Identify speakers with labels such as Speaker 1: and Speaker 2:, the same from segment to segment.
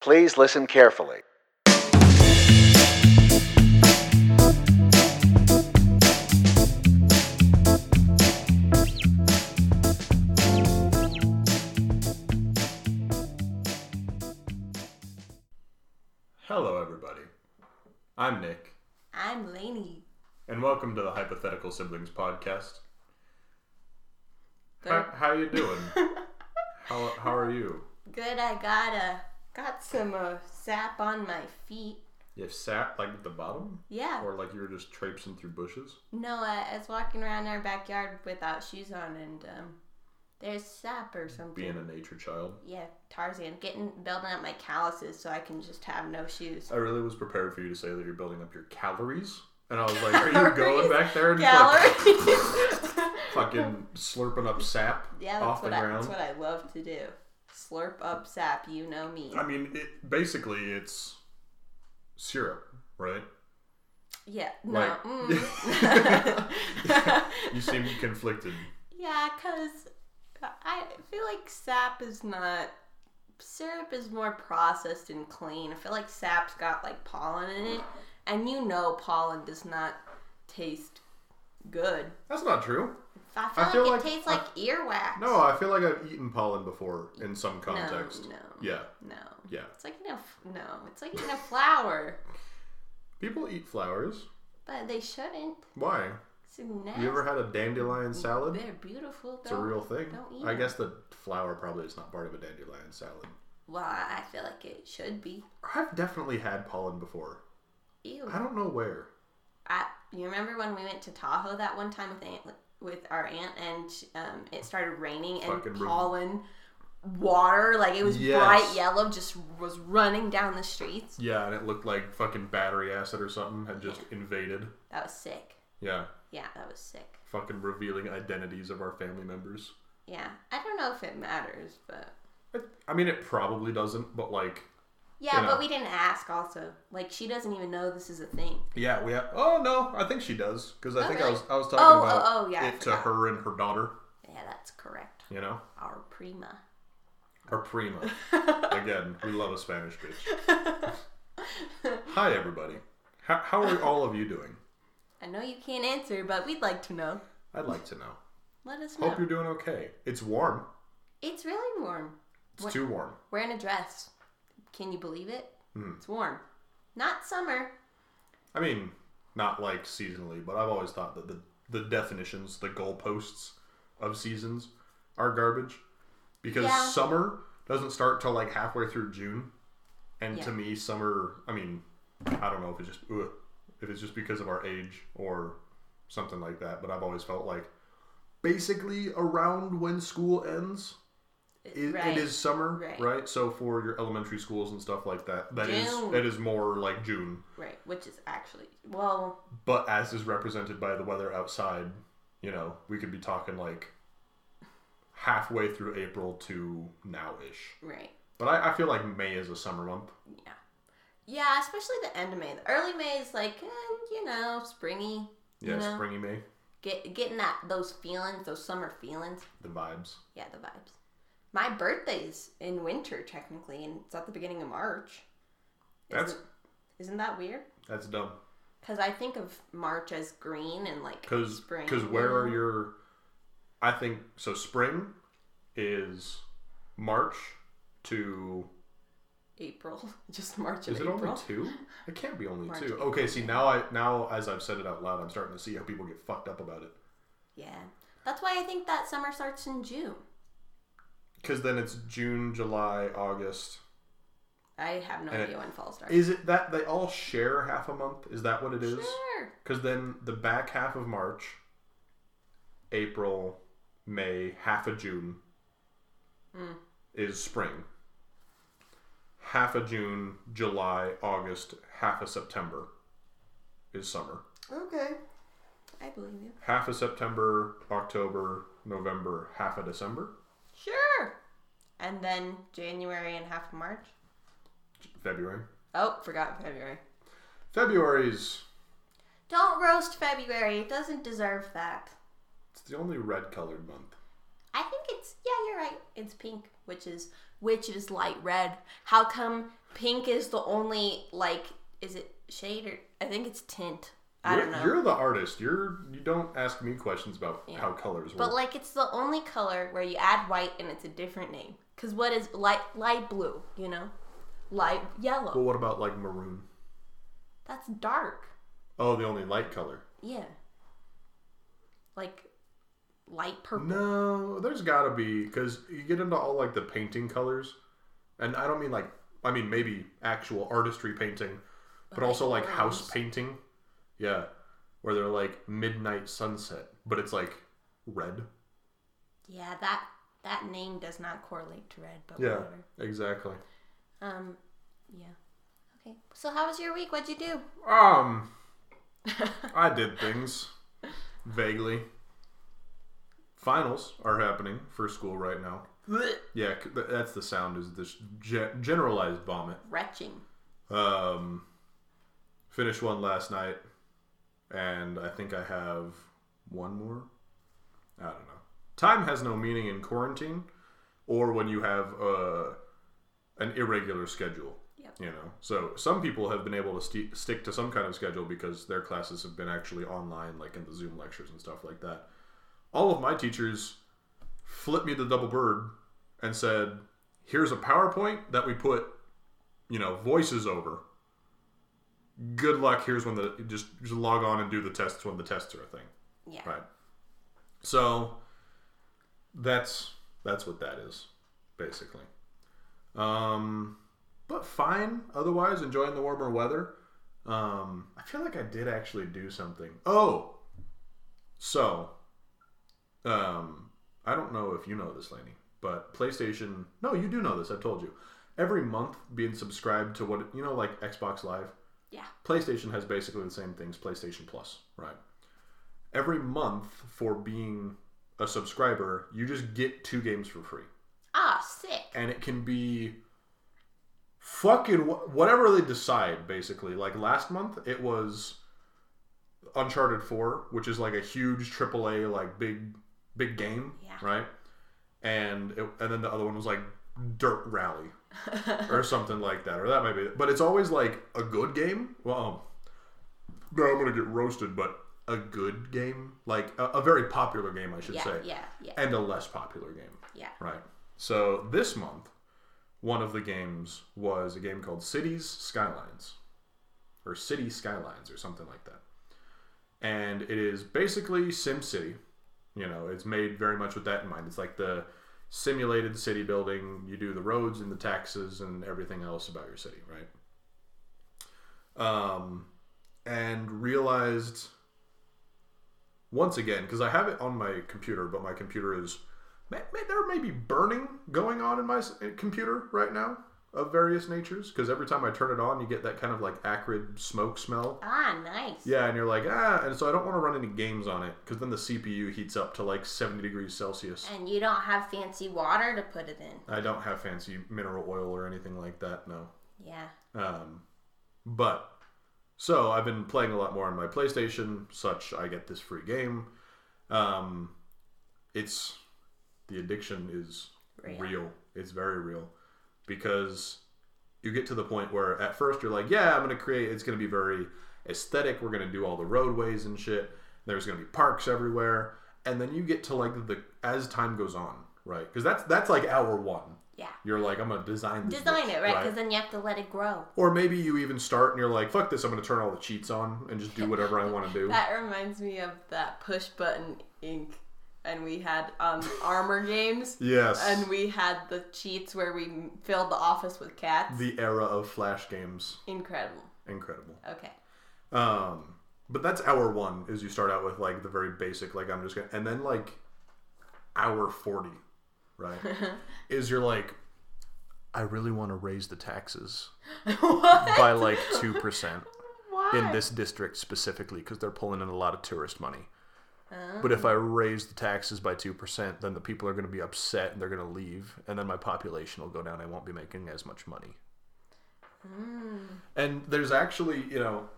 Speaker 1: Please listen carefully.
Speaker 2: Hello, everybody. I'm Nick,
Speaker 3: I'm Lainey.
Speaker 2: and welcome to the Hypothetical Siblings Podcast. How,
Speaker 3: Good,
Speaker 2: how you doing? how, how are you?
Speaker 3: good. I got a got some uh, sap on my feet.
Speaker 2: You have sat like at the bottom,
Speaker 3: Yeah.
Speaker 2: or like you were just traipsing through bushes?
Speaker 3: No, I, I was walking around our backyard without shoes on, and um, there's sap or something.
Speaker 2: Being a nature child,
Speaker 3: yeah, Tarzan, getting building up my calluses so I can just have no shoes.
Speaker 2: I really was prepared for you to say that you're building up your calories, and I was like, are you going back there and just, like
Speaker 3: Calories.
Speaker 2: fucking slurping up sap
Speaker 3: yeah,
Speaker 2: off the
Speaker 3: that's what I,
Speaker 2: ground?
Speaker 3: that's what I love to do. Slurp up sap, you know me.
Speaker 2: I mean, it, basically, it's syrup, right?
Speaker 3: Yeah, no.
Speaker 2: like-
Speaker 3: mm.
Speaker 2: You seem conflicted.
Speaker 3: Yeah, because I feel like sap is not. Syrup is more processed and clean. I feel like sap's got like pollen in it. And you know pollen does not taste good.
Speaker 2: That's not true.
Speaker 3: I feel,
Speaker 2: feel
Speaker 3: like,
Speaker 2: like-
Speaker 3: it tastes
Speaker 2: I-
Speaker 3: like earwax.
Speaker 2: No, I feel like I've eaten pollen before in some context.
Speaker 3: no.
Speaker 2: Yeah,
Speaker 3: No.
Speaker 2: yeah.
Speaker 3: It's like eating a, f- no, it's like eating a flower.
Speaker 2: People eat flowers.
Speaker 3: But they shouldn't.
Speaker 2: Why?
Speaker 3: It's nasty.
Speaker 2: You ever had a dandelion salad?
Speaker 3: They're beautiful.
Speaker 2: It's a
Speaker 3: don't-
Speaker 2: real thing.
Speaker 3: don't eat
Speaker 2: I
Speaker 3: it.
Speaker 2: guess the flower probably is not part of a dandelion salad.
Speaker 3: Well, I feel like it should be.
Speaker 2: I've definitely had pollen before.
Speaker 3: Ew.
Speaker 2: I don't know where.
Speaker 3: I, you remember when we went to Tahoe that one time with aunt, with our aunt, and um, it started raining and
Speaker 2: Fucking rude.
Speaker 3: pollen water, like it was
Speaker 2: Yes.
Speaker 3: bright yellow, just was running down the streets.
Speaker 2: Yeah, and it looked like fucking battery acid or something had just invaded.
Speaker 3: That was sick.
Speaker 2: Yeah,
Speaker 3: Yeah, that was sick.
Speaker 2: fucking revealing identities of our family members.
Speaker 3: Yeah, I don't know if it matters, but
Speaker 2: I, I mean, it probably doesn't, but like,
Speaker 3: yeah,
Speaker 2: You know.
Speaker 3: but we didn't ask. Also, like she doesn't even know this is a thing.
Speaker 2: yeah, we have. Oh no, I think she does because I
Speaker 3: Oh,
Speaker 2: think I
Speaker 3: really?
Speaker 2: was I was talking
Speaker 3: Oh,
Speaker 2: about
Speaker 3: oh, oh, yeah, I
Speaker 2: it to
Speaker 3: forgot.
Speaker 2: her and her daughter.
Speaker 3: Yeah, that's correct.
Speaker 2: You know.
Speaker 3: Our prima.
Speaker 2: Or prima. Again, we love a Spanish bitch. Hi, everybody. How, how are all of you doing?
Speaker 3: I know you can't answer, but we'd like to know.
Speaker 2: I'd like to know.
Speaker 3: Let us know.
Speaker 2: Hope you're doing okay. It's warm.
Speaker 3: It's really warm.
Speaker 2: It's too warm.
Speaker 3: wearing a dress. Can you believe it?
Speaker 2: Hmm.
Speaker 3: It's warm. Not summer.
Speaker 2: I mean, not like seasonally, but I've always thought that the, the definitions, the goalposts of seasons are garbage. Because
Speaker 3: Yeah.
Speaker 2: summer doesn't start till like halfway through June. And to
Speaker 3: Yeah.
Speaker 2: me, summer, I mean, I don't know if it's just ugh, if it's just because of our age or something like that, but I've always felt like basically around when school ends, it,
Speaker 3: Uh, right.
Speaker 2: it is summer, right.
Speaker 3: Right.
Speaker 2: So for your elementary schools and stuff like that, that is
Speaker 3: June.
Speaker 2: that is more like June
Speaker 3: Right, which is actually well,
Speaker 2: but as is represented by the weather outside, you know, we could be talking like halfway through April to now ish.
Speaker 3: right.
Speaker 2: But I, I feel like May is a summer month.
Speaker 3: Yeah. Yeah, especially the end of May. The early May is like, eh, you know, springy.
Speaker 2: Yeah,
Speaker 3: You know,
Speaker 2: springy May,
Speaker 3: Get getting that those feelings, those summer feelings.
Speaker 2: the vibes.
Speaker 3: Yeah, the vibes. My birthday's in winter technically, and it's at the beginning of March.
Speaker 2: That's
Speaker 3: Isn't- isn't that weird?
Speaker 2: that's dumb.
Speaker 3: Because I think of March as green and like
Speaker 2: Because
Speaker 3: spring.
Speaker 2: where are
Speaker 3: your
Speaker 2: your? I think so. Spring is March to
Speaker 3: April, just March and
Speaker 2: Is it
Speaker 3: April.
Speaker 2: only two? It can't be only
Speaker 3: March,
Speaker 2: two.
Speaker 3: April.
Speaker 2: Okay, see now I now as I've said it out loud, I'm starting to see how people get fucked up about it.
Speaker 3: Yeah. That's why I think that summer starts in June.
Speaker 2: Because then it's June, July, August.
Speaker 3: I have no
Speaker 2: And
Speaker 3: idea when fall starts.
Speaker 2: Is it that they all share half a month? Is that what it is?
Speaker 3: Sure.
Speaker 2: Because then the back half of March, April, May, half of June is spring. Half of June, July, August, half of September is summer.
Speaker 3: Okay. I believe you.
Speaker 2: Half of September, October, November, half of December,
Speaker 3: Sure. And then January and half of March.
Speaker 2: February.
Speaker 3: Oh, forgot February.
Speaker 2: February's
Speaker 3: Don't roast February. It doesn't deserve that.
Speaker 2: it's the only red colored month.
Speaker 3: I think it's yeah, you're right. It's pink, which is which is light red. How come pink is the only like is it shade or I think it's tint. I
Speaker 2: you're,
Speaker 3: don't know.
Speaker 2: You're the artist. You're you don't ask me questions about
Speaker 3: Yeah.
Speaker 2: how colors work.
Speaker 3: But like it's the only color where you add white and it's a different name. Cuz what is light light blue, you know? Light yellow.
Speaker 2: well, what about like maroon?
Speaker 3: That's dark.
Speaker 2: Oh, the only light color.
Speaker 3: Yeah. Like light purple.
Speaker 2: No, there's got to be because you get into all like the painting colors, and I don't mean like I mean maybe actual artistry painting, but
Speaker 3: Like
Speaker 2: also like
Speaker 3: rose.
Speaker 2: house painting. Yeah, where they're like midnight sunset, but it's like red.
Speaker 3: Yeah, that that name does not correlate to red, but
Speaker 2: Yeah,
Speaker 3: whatever.
Speaker 2: exactly.
Speaker 3: Um yeah. Okay. So how was your week? What'd you do?
Speaker 2: Um, I did things vaguely. Finals are happening for school right now. Yeah, c- th- that's the sound is this ge- generalized vomit.
Speaker 3: Retching.
Speaker 2: Um, finished one last night, and I think I have one more. I don't know. Time has no meaning in quarantine, or when you have uh, an irregular schedule.
Speaker 3: Yep.
Speaker 2: You know, so some people have been able to sti stick to some kind of schedule because their classes have been actually online, like in the Zoom lectures and stuff like that. All of my teachers flipped me the double bird and said, "Here's a PowerPoint that we put you know, voices over. Good luck. Here's when the just just log on and do the tests when the tests are a thing,
Speaker 3: Yeah.
Speaker 2: right? So that's that's what that is, basically. Um, but fine. Otherwise, enjoying the warmer weather. Um, I feel like I did actually do something. Oh, so um, I don't know if you know this, Laney, but PlayStation. No, you do know this. I've told you. Every month, being subscribed to what you know, like Xbox Live.
Speaker 3: Yeah.
Speaker 2: PlayStation has basically the same things. PlayStation Plus, right? Every month for being a subscriber, you just get two games for free
Speaker 3: Ah, sick.
Speaker 2: and it can be fucking wh- whatever they decide basically like last month it was uncharted 4 which is like a huge aaa like big big game
Speaker 3: Yeah.
Speaker 2: right and it, and then the other one was like dirt rally or something like that or that might be but it's always like a good game well um, no i'm gonna get roasted but a good game like a, a very popular game i should
Speaker 3: Yeah,
Speaker 2: say
Speaker 3: yeah, yeah,
Speaker 2: and a less popular game
Speaker 3: yeah.
Speaker 2: Right. So this month, one of the games was a game called Cities Skylines, or City Skylines, or something like that. And it is basically SimCity. You know, it's made very much with that in mind. It's like the simulated city building. You do the roads and the taxes and everything else about your city, right? Um, and realized once again because I have it on my computer, but my computer is may, may, there may be burning going on in my s- eh, computer right now of various natures because every time I turn it on, you get that kind of like acrid smoke smell.
Speaker 3: Ah, nice.
Speaker 2: Yeah, and you're like ah, and so I don't want to run any games on it because then the CPU heats up to like 70 degrees Celsius.
Speaker 3: And you don't have fancy water to put it in.
Speaker 2: I don't have fancy mineral oil or anything like that. No.
Speaker 3: Yeah.
Speaker 2: Um, but so I've been playing a lot more on my PlayStation. Such I get this free game. Um, it's the addiction is
Speaker 3: Real.
Speaker 2: real. It's very real because you get to the point where at first you're like, yeah, I'm gonna create. It's gonna be very aesthetic. We're gonna do all the roadways and shit. There's gonna be parks everywhere. And then you get to like the as time goes on, right? Because that's that's like hour one.
Speaker 3: Yeah.
Speaker 2: You're like, I'm gonna design this
Speaker 3: Design
Speaker 2: bitch,"
Speaker 3: it, right? Because then you have to let it grow.
Speaker 2: or maybe you even start and you're like, fuck this, I'm going to turn all the cheats on and just do whatever I want to do.
Speaker 3: That reminds me of that push button ink. And we had um, armor games.
Speaker 2: Yes.
Speaker 3: And we had the cheats where we m- filled the office with cats.
Speaker 2: the era of Flash games.
Speaker 3: Incredible.
Speaker 2: Incredible.
Speaker 3: Okay.
Speaker 2: Um, but that's hour one, is you start out with like the very basic, like I'm just going to, and then like hour 40, right? is you're like, I really want to raise the taxes
Speaker 3: what?
Speaker 2: by like 2%.
Speaker 3: Why?
Speaker 2: in this district specifically because they're pulling in a lot of tourist money.
Speaker 3: Oh.
Speaker 2: But if I raise the taxes by 2%, then the people are going to be upset and they're going to leave, and then my population will go down. I won't be
Speaker 3: Hmm.
Speaker 2: making as much money. And there's actually, you know,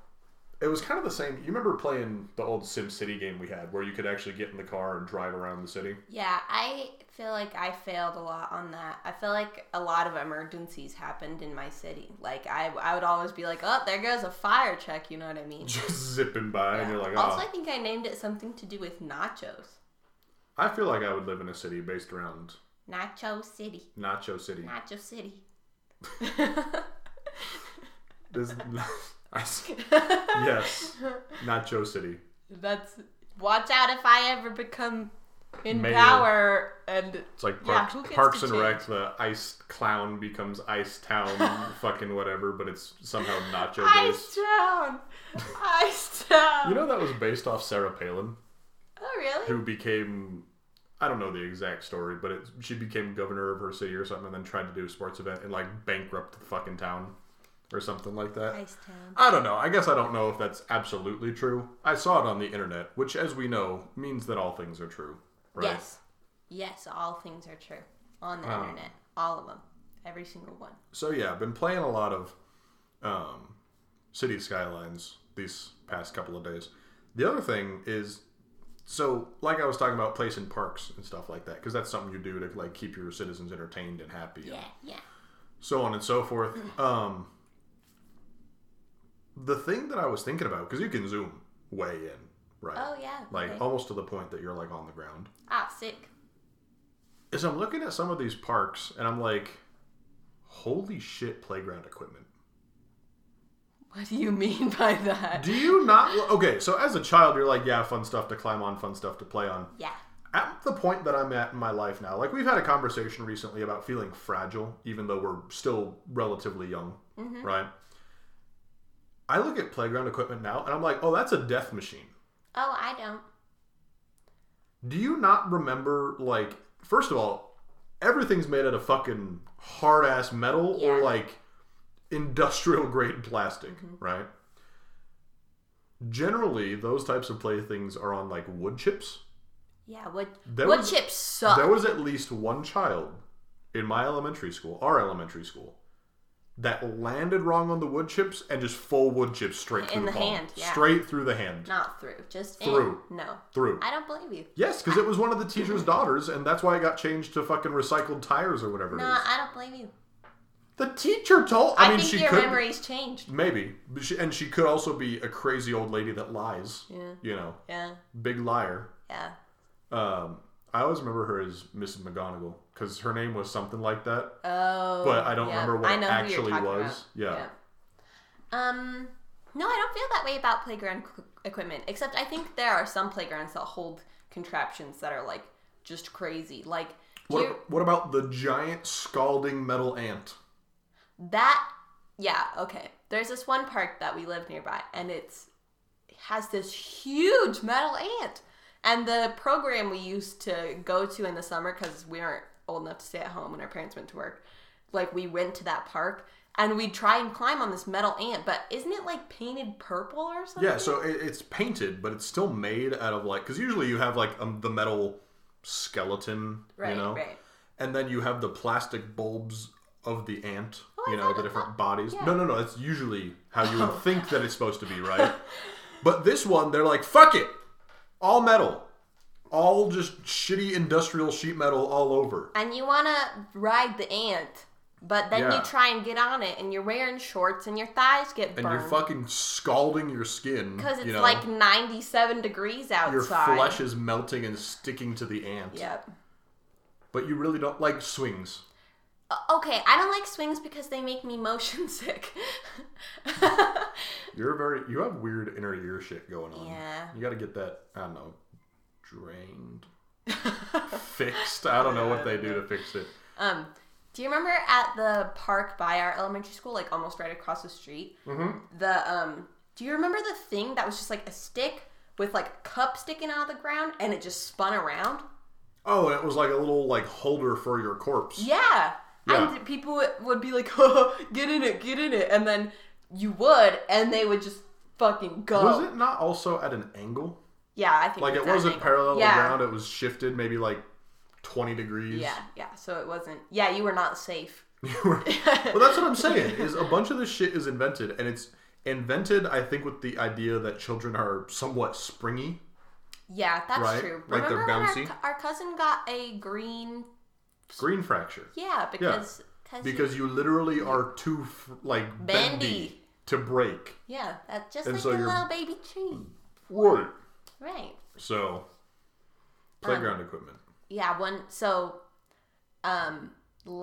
Speaker 2: It was kind of the same. You remember playing the old Sim City game we had, where you could actually get in the car and drive around the city.
Speaker 3: Yeah, I feel like I failed a lot on that. I feel like a lot of emergencies happened in my city. Like I, I would always be like, "Oh, there goes a fire truck." You know what I mean?
Speaker 2: Just zipping by, and
Speaker 3: Yeah.
Speaker 2: you're like,
Speaker 3: also, I
Speaker 2: oh,
Speaker 3: think I named it something to do with nachos.
Speaker 2: I feel like I would live in a city based around
Speaker 3: Nacho City.
Speaker 2: Nacho City.
Speaker 3: Nacho City.
Speaker 2: Does- I s- yes, Nacho City.
Speaker 3: That's watch out if I ever become in
Speaker 2: Mayor.
Speaker 3: power and
Speaker 2: It's like
Speaker 3: Yeah,
Speaker 2: Parks,
Speaker 3: who gets
Speaker 2: Parks
Speaker 3: to
Speaker 2: and Rec. The Ice Clown becomes Ice Town, fucking whatever, but it's somehow Nacho
Speaker 3: Ice
Speaker 2: based.
Speaker 3: Town. Ice Town.
Speaker 2: You know that was based off Sarah Palin.
Speaker 3: oh really?
Speaker 2: who became I don't know the exact story, but it, she became governor of her city or something, and then tried to do a sports event and like bankrupt the fucking town or something like that.
Speaker 3: Ice Town.
Speaker 2: I don't know. I guess I don't know if that's absolutely true. I saw it on the internet, which, as we know, means that all things are true. Right?
Speaker 3: Yes. Yes, all things are true on the
Speaker 2: Um,
Speaker 3: internet. All of them. Every single one.
Speaker 2: So yeah, I've been playing a lot of um, City Skylines these past couple of days. The other thing is, so like I was talking about, placing parks and stuff like that, because that's something you do to like keep your citizens entertained and happy. and
Speaker 3: Yeah, yeah.
Speaker 2: so on and so forth. Um, the thing that I was thinking about, because you can zoom way in, right?
Speaker 3: Oh yeah.
Speaker 2: Like
Speaker 3: okay.
Speaker 2: almost to the point that you're like on the ground.
Speaker 3: ah, sick.
Speaker 2: Is I'm looking at some of these parks and I'm like, holy shit, playground equipment.
Speaker 3: What do you mean by that?
Speaker 2: Do you not? Okay, so as a child, you're like, yeah, fun stuff to climb on, fun stuff to play on.
Speaker 3: yeah.
Speaker 2: At the point that I'm at in my life now, like we've had a conversation recently about feeling fragile, even though we're still relatively young.
Speaker 3: hmm
Speaker 2: right? I look at playground equipment now and I'm like, oh, that's a death machine.
Speaker 3: Oh, I don't.
Speaker 2: Do you not remember, like, first of all, everything's made out of fucking hard ass metal or
Speaker 3: Yeah. Mm-hmm.
Speaker 2: like industrial grade plastic, right? Generally, those types of playthings are on like wood chips.
Speaker 3: Yeah, wood
Speaker 2: There
Speaker 3: wood
Speaker 2: was-
Speaker 3: chips suck.
Speaker 2: There was at least one child in my elementary school, our elementary school, that landed wrong on the wood chips and just full wood chips straight through
Speaker 3: In
Speaker 2: the,
Speaker 3: the
Speaker 2: palm.
Speaker 3: hand, yeah.
Speaker 2: straight through the hand,
Speaker 3: Not through, just in.
Speaker 2: Through.
Speaker 3: No,
Speaker 2: through.
Speaker 3: I don't believe you.
Speaker 2: yes, because it was one of the teacher's daughters, and that's why it got changed to fucking recycled tires or whatever
Speaker 3: No,
Speaker 2: it is.
Speaker 3: I don't believe you.
Speaker 2: The teacher told.
Speaker 3: I,
Speaker 2: I, mean,
Speaker 3: think
Speaker 2: she
Speaker 3: your
Speaker 2: could
Speaker 3: memory's changed.
Speaker 2: maybe, but she, and she could also be a crazy old lady that lies.
Speaker 3: Yeah.
Speaker 2: You know,
Speaker 3: Yeah,
Speaker 2: big liar.
Speaker 3: yeah.
Speaker 2: Um, I always remember her as Mrs. McGonagall because her name was something like that.
Speaker 3: Oh,
Speaker 2: but I don't
Speaker 3: yeah.
Speaker 2: remember what
Speaker 3: I
Speaker 2: it
Speaker 3: know who you're
Speaker 2: actually
Speaker 3: talking
Speaker 2: was.
Speaker 3: about.
Speaker 2: Yeah.
Speaker 3: Yeah. Um. No, I don't feel that way about playground equ- equipment. Except I think there are some playgrounds that hold contraptions that are like just crazy. Like
Speaker 2: What,
Speaker 3: you-
Speaker 2: what about the giant scalding metal ant?
Speaker 3: that. Yeah. Okay. There's this one park that we live nearby, and it's it has this huge metal ant. And the program we used to go to in the summer because we weren't old enough to stay at home when our parents went to work, like we went to that park and we'd try and climb on this metal ant. But isn't it like painted purple or something?
Speaker 2: Yeah, so it, it's painted, but it's still made out of like because usually you have like um, the metal skeleton,
Speaker 3: Right.
Speaker 2: you know,
Speaker 3: Right.
Speaker 2: and then you have the plastic bulbs of the ant,
Speaker 3: Oh, I
Speaker 2: you know,
Speaker 3: thought
Speaker 2: the
Speaker 3: it-
Speaker 2: different bodies.
Speaker 3: yeah. Oh,
Speaker 2: No, no, no, that's usually how you would think that it's supposed to be, right? but this one, they're like, fuck it, all metal, all just shitty industrial sheet metal all over.
Speaker 3: And you want to ride the ant, but then
Speaker 2: Yeah.
Speaker 3: you try and get on it and you're wearing shorts and your thighs get
Speaker 2: and
Speaker 3: burned.
Speaker 2: you're fucking scalding your skin
Speaker 3: because it's
Speaker 2: you know,
Speaker 3: like 97 degrees outside.
Speaker 2: your flesh is melting and sticking to the ant.
Speaker 3: Yep.
Speaker 2: But you really don't like swings.
Speaker 3: O- Okay, I don't like swings because they make me motion sick.
Speaker 2: You're very you have weird inner ear shit going on.
Speaker 3: Yeah.
Speaker 2: You got to get that I don't know drained, fixed. I don't know what they do to fix it.
Speaker 3: um, do you remember at the park by our elementary school, like almost right across the street? Mm-hmm. The um, do you remember the thing that was just like a stick with like a cup sticking out of the ground and it just spun around?
Speaker 2: Oh, and it was like a little like holder for your corpse.
Speaker 3: Yeah.
Speaker 2: Yeah.
Speaker 3: And people would- would be like, oh, get in it, get in it. And then you would, and they would just fucking go.
Speaker 2: Was it not also at an angle?
Speaker 3: Yeah, I think
Speaker 2: Like it
Speaker 3: it's at
Speaker 2: wasn't
Speaker 3: an angle.
Speaker 2: parallel to the
Speaker 3: yeah.
Speaker 2: ground. It was shifted maybe like twenty degrees.
Speaker 3: Yeah, yeah. So it wasn't. Yeah, you were not safe.
Speaker 2: well, that's what I'm saying. Is a bunch of this shit is invented, and it's invented, I think, with the idea that children are somewhat springy.
Speaker 3: Yeah, that's
Speaker 2: Right,
Speaker 3: true.
Speaker 2: like they're
Speaker 3: Remember
Speaker 2: bouncy?
Speaker 3: when our, cu- our cousin got a green?
Speaker 2: Green fracture.
Speaker 3: Yeah, because cause
Speaker 2: Because you literally are too, f- like, bendy,
Speaker 3: Bendy.
Speaker 2: to break.
Speaker 3: yeah, that's just
Speaker 2: And
Speaker 3: like
Speaker 2: so
Speaker 3: a
Speaker 2: you're- Hmm.
Speaker 3: little baby tree,
Speaker 2: Right.
Speaker 3: right?
Speaker 2: So, playground equipment.
Speaker 3: yeah one so um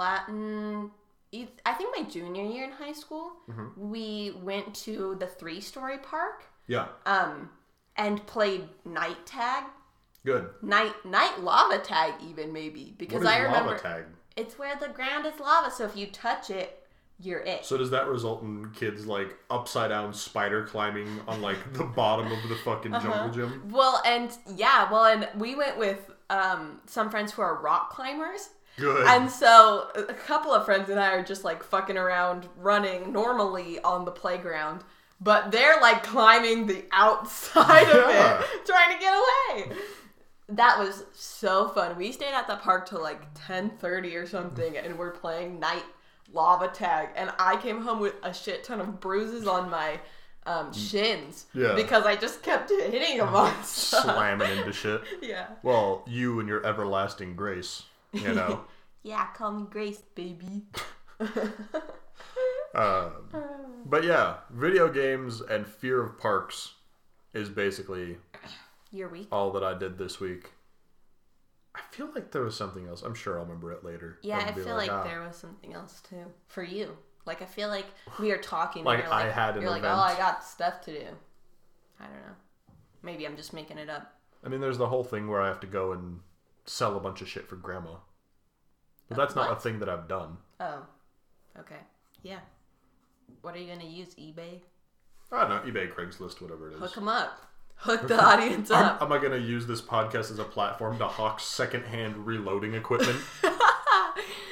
Speaker 3: latin eith- i think my junior year in high school
Speaker 2: Mm-hmm.
Speaker 3: we went to the three story park
Speaker 2: Yeah.
Speaker 3: um and played night tag
Speaker 2: Good.
Speaker 3: night night lava tag even maybe
Speaker 2: What
Speaker 3: because
Speaker 2: is
Speaker 3: i remember
Speaker 2: lava tag?
Speaker 3: it's where the ground is lava so if you touch it you're it
Speaker 2: So does that result in kids like upside down spider climbing on like the bottom of the fucking
Speaker 3: Uh-huh.
Speaker 2: jungle gym?
Speaker 3: well and yeah well and we went with um some friends who are rock climbers
Speaker 2: Good.
Speaker 3: And so a couple of friends and I are just like fucking around running normally on the playground, but they're like climbing the outside
Speaker 2: Yeah.
Speaker 3: of it trying to get away. That was so fun. We stayed at the park till like 10:30 or something and we're playing night lava tag and I came home with a shit ton of bruises on my um, shins
Speaker 2: Mm. Yeah.
Speaker 3: because I just kept hitting them on stuff.
Speaker 2: Slamming into shit.
Speaker 3: Yeah.
Speaker 2: Well, you and your everlasting grace, you know.
Speaker 3: Yeah, call me Grace, baby.
Speaker 2: but yeah, video games and fear of parks is basically
Speaker 3: Your week.
Speaker 2: all that I did this week. I feel like there was something else. I'm sure I'll remember it later.
Speaker 3: Yeah, I
Speaker 2: I'll be
Speaker 3: feel like
Speaker 2: "Ah."
Speaker 3: there was something else too for you. Like I feel like we are talking.
Speaker 2: Like,
Speaker 3: and you're
Speaker 2: I had an
Speaker 3: You're like,
Speaker 2: event.
Speaker 3: oh, I got stuff to do. I don't know. Maybe I'm just making it up.
Speaker 2: I mean, there's the whole thing where I have to go and sell a bunch of shit for grandma. But that's not a thing that I've done.
Speaker 3: Oh, okay, yeah. What are you gonna use? eBay?
Speaker 2: I don't know, eBay, Craigslist, whatever it is.
Speaker 3: Hook them up. Hook the audience up.
Speaker 2: Am I going to use this podcast as a platform to hawk secondhand reloading equipment?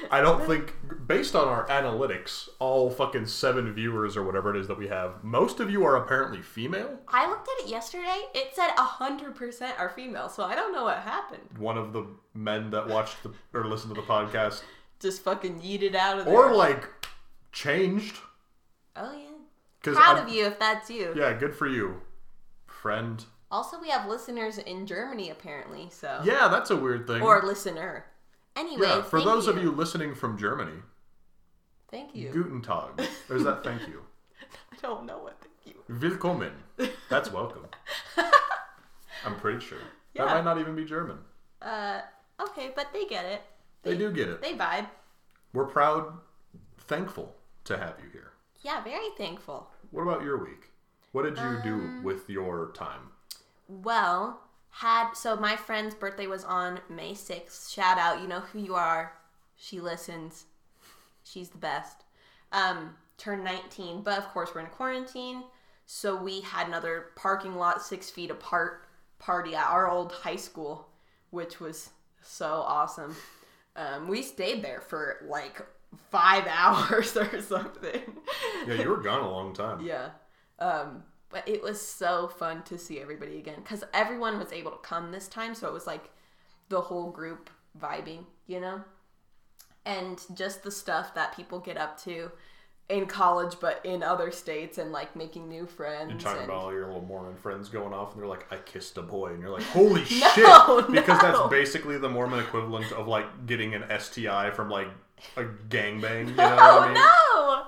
Speaker 2: I don't think, based on our analytics, all fucking seven viewers or whatever it is that we have, most of you are apparently female.
Speaker 3: I looked at it yesterday. It said hundred percent are female, so I don't know what happened.
Speaker 2: One of the men that watched the, or listened to the podcast,
Speaker 3: Just fucking yeeted out of there.
Speaker 2: or like changed.
Speaker 3: oh yeah.
Speaker 2: 'Cause
Speaker 3: Proud
Speaker 2: I'm-
Speaker 3: of you if that's you.
Speaker 2: Yeah, good for you, friend.
Speaker 3: Also, we have listeners in Germany apparently. So
Speaker 2: Yeah, that's a weird thing.
Speaker 3: Oh. or listener. Anyway,
Speaker 2: yeah, for
Speaker 3: thank
Speaker 2: those of you listening from Germany,
Speaker 3: thank you.
Speaker 2: Guten Tag. There's that thank you.
Speaker 3: I don't know what thank you.
Speaker 2: Willkommen. That's welcome. I'm pretty sure. That
Speaker 3: Yeah.
Speaker 2: might not even be German.
Speaker 3: Uh, okay, but they get it.
Speaker 2: They do get it.
Speaker 3: They vibe.
Speaker 2: We're proud, thankful to have you here.
Speaker 3: Yeah, very thankful.
Speaker 2: What about your week? What did you
Speaker 3: Um,
Speaker 2: do with your time?
Speaker 3: Well, had so my friend's birthday was on May sixth. Shout out, you know who you are. She listens. She's the best. Um, turned nineteen, but of course we're in quarantine, so we had another parking lot six feet apart party at our old high school, which was so awesome. Um, we stayed there for like five hours or something.
Speaker 2: Yeah, you were gone a long time.
Speaker 3: Yeah. Um, but it was so fun to see everybody again because everyone was able to come this time. So it was like the whole group vibing, you know? And just the stuff that people get up to in college, but in other states and like making new friends.
Speaker 2: You're talking
Speaker 3: and-
Speaker 2: about all your little Mormon friends going off, and they're like, "I kissed a boy," and you're like, "Holy
Speaker 3: no.
Speaker 2: shit!" Because that's basically the Mormon equivalent of like getting an STI from like a gangbang. You know what I mean?
Speaker 3: Oh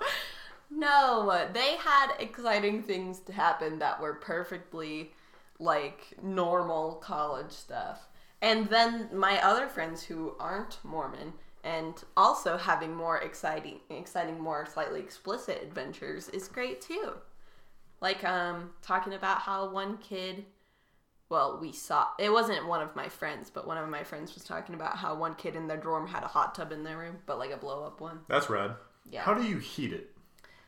Speaker 3: no! No, they had exciting things to happen that were perfectly like normal college stuff. And then my other friends who aren't Mormon and also having more exciting exciting more slightly explicit adventures is great too. Like um talking about how one kid well, we saw it wasn't one of my friends, but one of my friends was talking about how one kid in their dorm had a hot tub in their room, but like a blow up one.
Speaker 2: That's rad.
Speaker 3: Yeah.
Speaker 2: How do you heat it?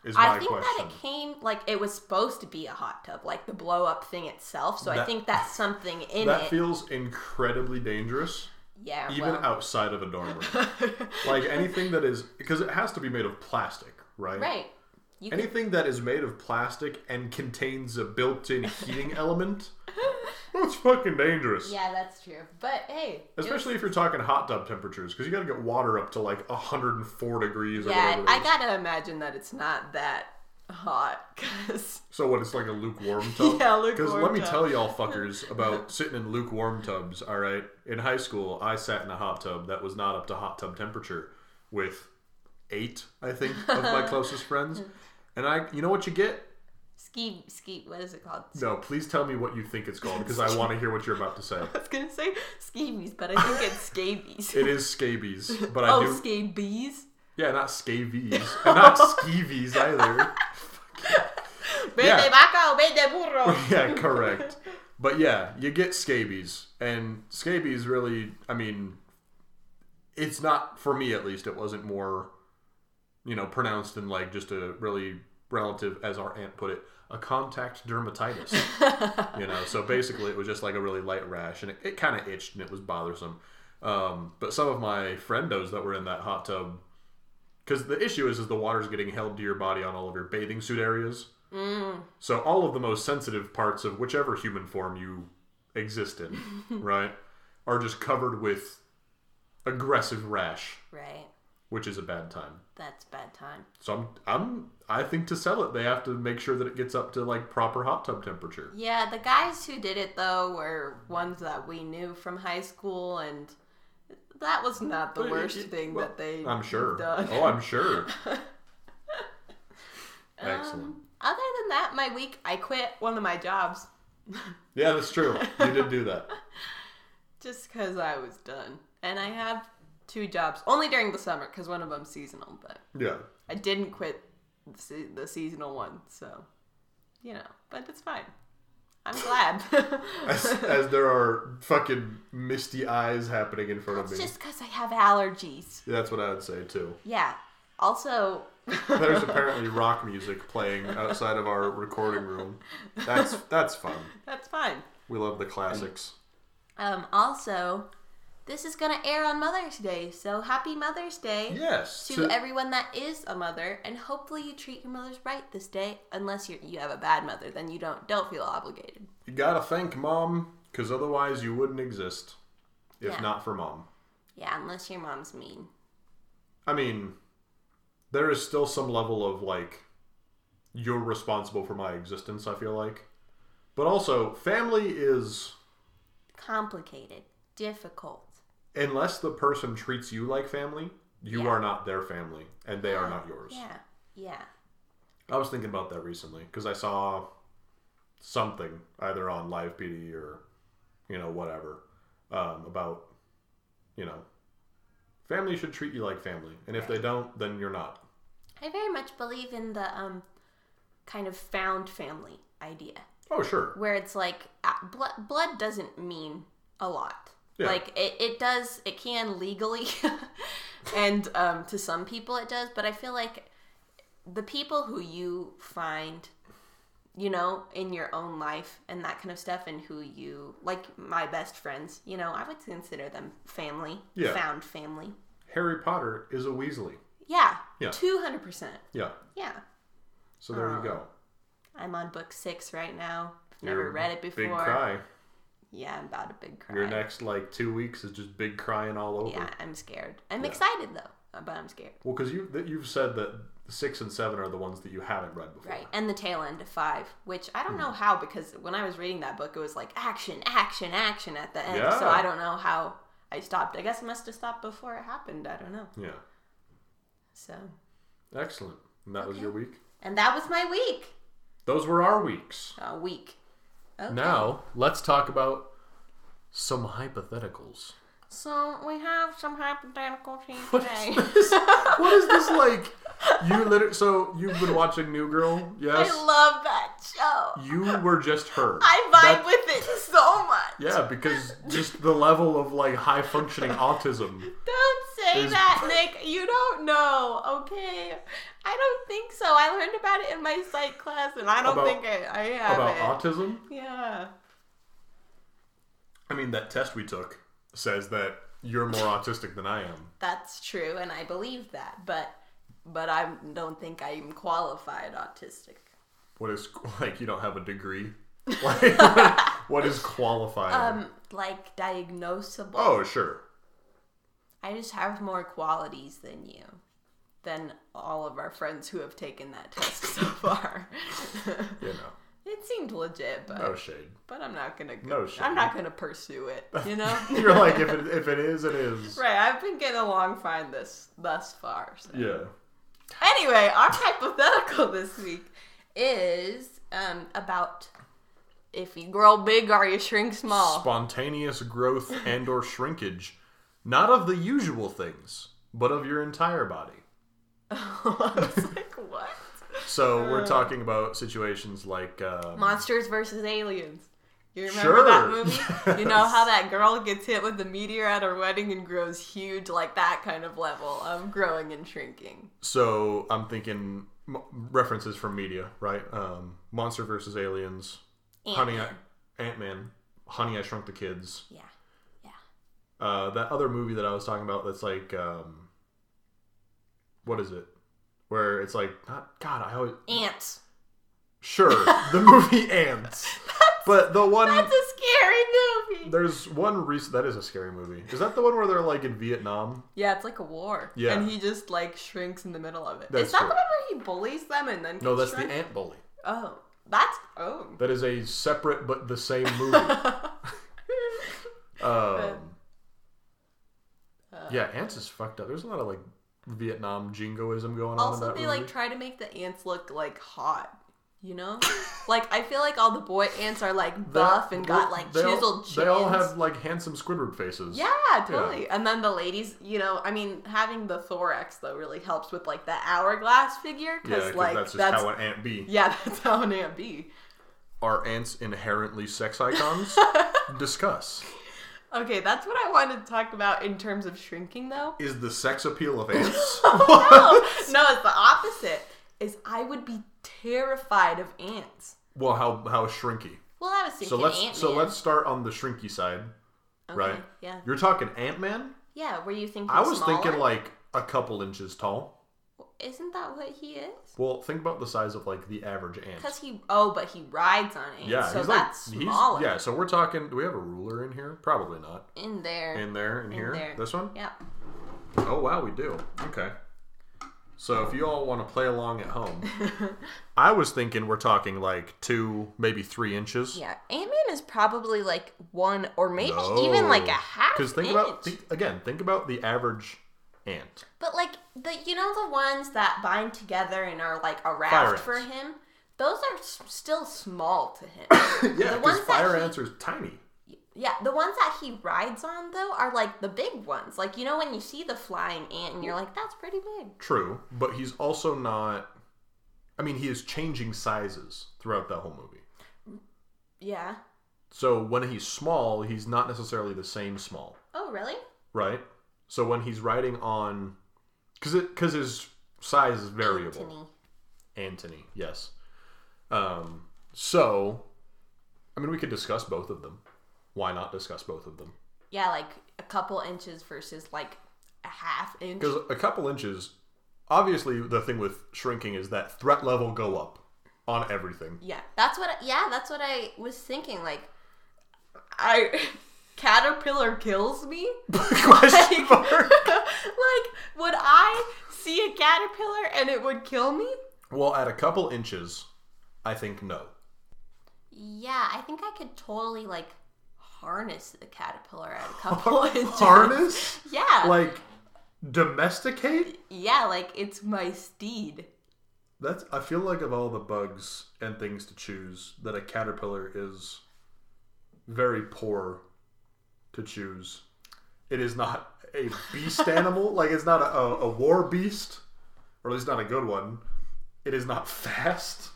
Speaker 2: Is my
Speaker 3: I think
Speaker 2: question.
Speaker 3: that it came like it was supposed to be a hot tub, like the blow up thing itself. So I
Speaker 2: That-
Speaker 3: think that's something in
Speaker 2: That
Speaker 3: it.
Speaker 2: feels incredibly dangerous,
Speaker 3: yeah,
Speaker 2: even
Speaker 3: well,
Speaker 2: outside of a dorm room. like anything that is, because it has to be made of plastic, right?
Speaker 3: right. You could,
Speaker 2: Anything that is made of plastic and contains a built-in heating element, that's fucking dangerous.
Speaker 3: yeah, that's true. But hey, it was-
Speaker 2: Especially if you're talking hot tub temperatures, because you got to get water up to like 104 degrees. or
Speaker 3: yeah,
Speaker 2: whatever it
Speaker 3: I
Speaker 2: is.
Speaker 3: gotta imagine that it's not that hot because
Speaker 2: So what? It's like a lukewarm tub.
Speaker 3: Yeah, lukewarm
Speaker 2: Because let me
Speaker 3: tub.
Speaker 2: tell y'all fuckers about sitting in lukewarm tubs. All right. In high school, I sat in a hot tub that was not up to hot tub temperature with eight, I think, of my closest friends. And I, you know what you get?
Speaker 3: ski ski what is it called?
Speaker 2: No, please tell me what you think it's called because I want to hear what you're about to say.
Speaker 3: I was gonna say scabies, but I think it's scabies.
Speaker 2: It is scabies, but I
Speaker 3: oh,
Speaker 2: do.
Speaker 3: scabies.
Speaker 2: yeah, not scabies, and not skeevies either.
Speaker 3: Vende vaca o vende burro.
Speaker 2: yeah, correct. But yeah, you get scabies, and scabies really, I mean, it's not for me at least. It wasn't more, you know, pronounced than like just a really relative, as our aunt put it, a contact dermatitis. you know, so basically, it was just like a really light rash, and it, it kind of itched and it was bothersome. Um, but some of my friendos that were in that hot tub, because the issue is, is the water's getting held to your body on all of your bathing suit areas. So all of the most sensitive parts of whichever human form you exist in, right, are just covered with aggressive rash,
Speaker 3: Right.
Speaker 2: which is a bad time.
Speaker 3: That's bad time.
Speaker 2: So I'm I'm I think to sell it they have to make sure that it gets up to like proper hot tub temperature.
Speaker 3: Yeah, the guys who did it though were ones that we knew from high school, and that was not the
Speaker 2: But it-
Speaker 3: worst
Speaker 2: it-
Speaker 3: thing
Speaker 2: well,
Speaker 3: that they.
Speaker 2: I'm sure.
Speaker 3: Done.
Speaker 2: Oh, I'm sure. Excellent.
Speaker 3: Um, other than that, my week I quit one of my jobs
Speaker 2: Yeah, that's true. You did do that.
Speaker 3: just because I was done, and I have two jobs only during the summer because one of them's seasonal, but
Speaker 2: Yeah.
Speaker 3: I didn't quit the, se- the seasonal one, so you know, but it's fine. I'm glad.
Speaker 2: As, as there are fucking misty eyes happening in front of
Speaker 3: it's
Speaker 2: me.
Speaker 3: just because I have allergies.
Speaker 2: That's what I would say too.
Speaker 3: Yeah. Also,
Speaker 2: There's apparently rock music playing outside of our recording room. That's that's fun.
Speaker 3: that's fine.
Speaker 2: We love the classics.
Speaker 3: Um, also, this is gonna air on Mother's Day, so happy Mother's Day
Speaker 2: Yes.
Speaker 3: to
Speaker 2: to-
Speaker 3: everyone that is a mother, and hopefully you treat your mothers right this day. Unless you you have a bad mother, then you don't don't feel obligated.
Speaker 2: you gotta thank mom, because otherwise you wouldn't exist if
Speaker 3: Yeah.
Speaker 2: not for mom.
Speaker 3: Yeah, unless your mom's mean.
Speaker 2: I mean, there is still some level of like, you're responsible for my existence. I feel like, but also family is
Speaker 3: Complicated, difficult.
Speaker 2: unless the person treats you like family, you
Speaker 3: Yeah.
Speaker 2: are not their family, and they are not yours.
Speaker 3: Um, Yeah, yeah.
Speaker 2: I was thinking about that recently because I saw something either on live PD or you know whatever um, about you know family should treat you like family, and if they don't, then you're not.
Speaker 3: I very much believe in the um, kind of found family idea.
Speaker 2: Oh sure,
Speaker 3: where it's like uh, blood, blood doesn't mean a lot.
Speaker 2: Yeah.
Speaker 3: Like it, it does, it can legally, and um, to some people it does. But I feel like the people who you find, you know, in your own life and that kind of stuff, and who you like, my best friends, you know, I would consider them family,
Speaker 2: Yeah.
Speaker 3: found family.
Speaker 2: Harry Potter is a Weasley.
Speaker 3: Yeah,
Speaker 2: Yeah.
Speaker 3: two hundred percent.
Speaker 2: Yeah,
Speaker 3: Yeah,
Speaker 2: so there you go.
Speaker 3: Oh, I'm on book six right now. I've
Speaker 2: Your
Speaker 3: Never read it before.
Speaker 2: Big cry.
Speaker 3: Yeah, I'm about a big cry.
Speaker 2: Your next like two weeks is just big crying all over.
Speaker 3: Yeah, I'm scared. I'm excited though, but I'm scared.
Speaker 2: Well, because you that you've said that six and seven are the ones that you haven't read before.
Speaker 3: Right. And the tail end of five, which I don't
Speaker 2: Mm-hmm.
Speaker 3: know how because when I was reading that book, it was like action, action, action at the end. So
Speaker 2: Yeah.
Speaker 3: I don't know how I stopped. I guess I must have stopped before it happened. I don't know.
Speaker 2: Yeah,
Speaker 3: So,
Speaker 2: excellent. And that was your week.
Speaker 3: and that was my week.
Speaker 2: Those were our weeks.
Speaker 3: A week. Okay.
Speaker 2: Now, let's talk about some hypotheticals.
Speaker 3: So we have some hypothetical tea today.
Speaker 2: What is this like? You literally. So you've been watching New Girl,
Speaker 3: I
Speaker 2: yes?
Speaker 3: love that show.
Speaker 2: you were just her.
Speaker 3: I
Speaker 2: That-
Speaker 3: vibe with it so much.
Speaker 2: yeah, because just the level of like high functioning autism.
Speaker 3: Don't say
Speaker 2: Is-
Speaker 3: that, Nick. You don't know, okay? I don't think so. I learned about it in my psych class, and I don't
Speaker 2: About-
Speaker 3: think I, I have
Speaker 2: About
Speaker 3: it.
Speaker 2: autism?
Speaker 3: yeah.
Speaker 2: I mean, that test we took says that you're more autistic than I am.
Speaker 3: That's true, and I believe that, but but I don't think I'm qualified autistic.
Speaker 2: What is like? You don't have a degree. Like, what is qualifying?
Speaker 3: Um, like diagnosable.
Speaker 2: oh, sure.
Speaker 3: I just have more qualities than you. than all of our friends who have taken that test so far.
Speaker 2: You know,
Speaker 3: it seemed legit, but
Speaker 2: no shade.
Speaker 3: but I'm not gonna go,
Speaker 2: No shame.
Speaker 3: I'm not gonna pursue it. You know,
Speaker 2: You're like, if it, if it is, it is.
Speaker 3: right. I've been getting along fine this thus far. So.
Speaker 2: Yeah.
Speaker 3: Anyway, our hypothetical this week is um, about if you grow big or you shrink small.
Speaker 2: Spontaneous growth and or shrinkage, not of the usual things, but of your entire body.
Speaker 3: I was like, what?
Speaker 2: So we're talking about situations like um,
Speaker 3: Monsters versus aliens. You remember
Speaker 2: Sure.
Speaker 3: that movie? You know
Speaker 2: Yes.
Speaker 3: how that girl gets hit with the meteor at her wedding and grows huge, like that kind of level of growing and shrinking.
Speaker 2: so I'm thinking m- references from media, right? Um, Monster versus Aliens, Honey, I,
Speaker 3: Ant-Man.
Speaker 2: Ant Man, Honey, I Shrunk the Kids.
Speaker 3: Yeah.
Speaker 2: Uh, that other movie that I was talking about that's like, um, what is it? Where it's like, not God. I always
Speaker 3: Ants.
Speaker 2: sure the movie Ants, but the one
Speaker 3: That's a scary movie.
Speaker 2: there's one recent that is a scary movie. Is that the one where they're like in Vietnam?
Speaker 3: Yeah, it's like a war.
Speaker 2: Yeah.
Speaker 3: And he just like shrinks in the middle of it. Is
Speaker 2: That's
Speaker 3: that
Speaker 2: true.
Speaker 3: the one where he bullies them and then
Speaker 2: No,
Speaker 3: gets
Speaker 2: that's
Speaker 3: shrunk?
Speaker 2: the Ant Bully.
Speaker 3: Oh, that's oh.
Speaker 2: That is a separate but the same movie.
Speaker 3: Uh,
Speaker 2: um, yeah, ants is fucked up. There's a lot of like Vietnam jingoism going on in
Speaker 3: also,
Speaker 2: that
Speaker 3: they
Speaker 2: movie.
Speaker 3: like try to make the ants look like hot. You know, like I feel like all the boy ants are like buff and got like
Speaker 2: they all-
Speaker 3: chiseled chins.
Speaker 2: They all have like handsome Squidward faces.
Speaker 3: Yeah, totally. And then the ladies, you know, I mean, having the thorax though really helps with like the hourglass figure
Speaker 2: Yeah,
Speaker 3: because
Speaker 2: 'cause
Speaker 3: like
Speaker 2: that's just how an ant be.
Speaker 3: yeah, that's how an ant be.
Speaker 2: Are ants inherently sex icons? Discuss.
Speaker 3: Okay, that's what I wanted to talk about in terms of shrinking though.
Speaker 2: Is the sex appeal of ants?
Speaker 3: no, no, it's the opposite. Is I would be terrified of ants.
Speaker 2: well, how how shrinky?
Speaker 3: Well, I was thinking
Speaker 2: So let's
Speaker 3: Ant-Man.
Speaker 2: so let's start on the shrinky side,
Speaker 3: okay,
Speaker 2: right?
Speaker 3: Yeah,
Speaker 2: You're talking Ant Man.
Speaker 3: yeah. Were you thinking?
Speaker 2: I was
Speaker 3: smaller?
Speaker 2: thinking like a couple inches tall.
Speaker 3: isn't that what he is?
Speaker 2: Well, think about the size of like the average
Speaker 3: Because
Speaker 2: ant.
Speaker 3: he oh, but he rides on ants.
Speaker 2: Yeah,
Speaker 3: so
Speaker 2: he's
Speaker 3: that's
Speaker 2: like
Speaker 3: smaller.
Speaker 2: he's yeah. So we're talking. Do we have a ruler in here? Probably not.
Speaker 3: in there.
Speaker 2: In there, in, here,
Speaker 3: there.
Speaker 2: this one.
Speaker 3: yeah.
Speaker 2: Oh wow, we do. Okay. So if you all want to play along at home, I was thinking we're talking like two, maybe three inches.
Speaker 3: Yeah, Ant Man is probably like one or maybe even like a half
Speaker 2: Because Oh. think
Speaker 3: inch.
Speaker 2: about think, again, think about the average ant.
Speaker 3: but like the you know the ones that bind together and are like a
Speaker 2: Fire
Speaker 3: raft
Speaker 2: ants.
Speaker 3: for him. Those are s- still small to him.
Speaker 2: yeah,
Speaker 3: ones
Speaker 2: because
Speaker 3: that
Speaker 2: fire
Speaker 3: he-
Speaker 2: ants are tiny.
Speaker 3: yeah, the ones that he rides on though are like the big ones. Like you know when you see the flying ant and you're like, that's pretty big.
Speaker 2: True, but he's also not. I mean, he is changing sizes throughout that whole movie.
Speaker 3: Yeah.
Speaker 2: So when he's small, he's not necessarily the same small,
Speaker 3: Oh really?
Speaker 2: right? So when he's riding on, because it because his size is variable.
Speaker 3: Anthony.
Speaker 2: Antony, yes. Um, so, I mean, we could discuss both of them. Why not discuss both of them?
Speaker 3: Yeah, like a couple inches versus like a half inch.
Speaker 2: Because a couple inches, obviously, the thing with shrinking is that threat level go up on everything.
Speaker 3: Yeah, that's what. I- Yeah, that's what I was thinking. Like, I caterpillar kills me.
Speaker 2: Question mark.
Speaker 3: like, would I see a caterpillar and it would kill me?
Speaker 2: Well, at a couple inches, I think no.
Speaker 3: Yeah, I think I could totally like harness the caterpillar at a couple inches.
Speaker 2: Harness?
Speaker 3: Yeah,
Speaker 2: like domesticate
Speaker 3: yeah, like it's my steed.
Speaker 2: that's i feel like of all the bugs and things to choose that a caterpillar is very poor to choose it is not a beast animal like it's not a, a, a war beast or at least not a good one it is not fast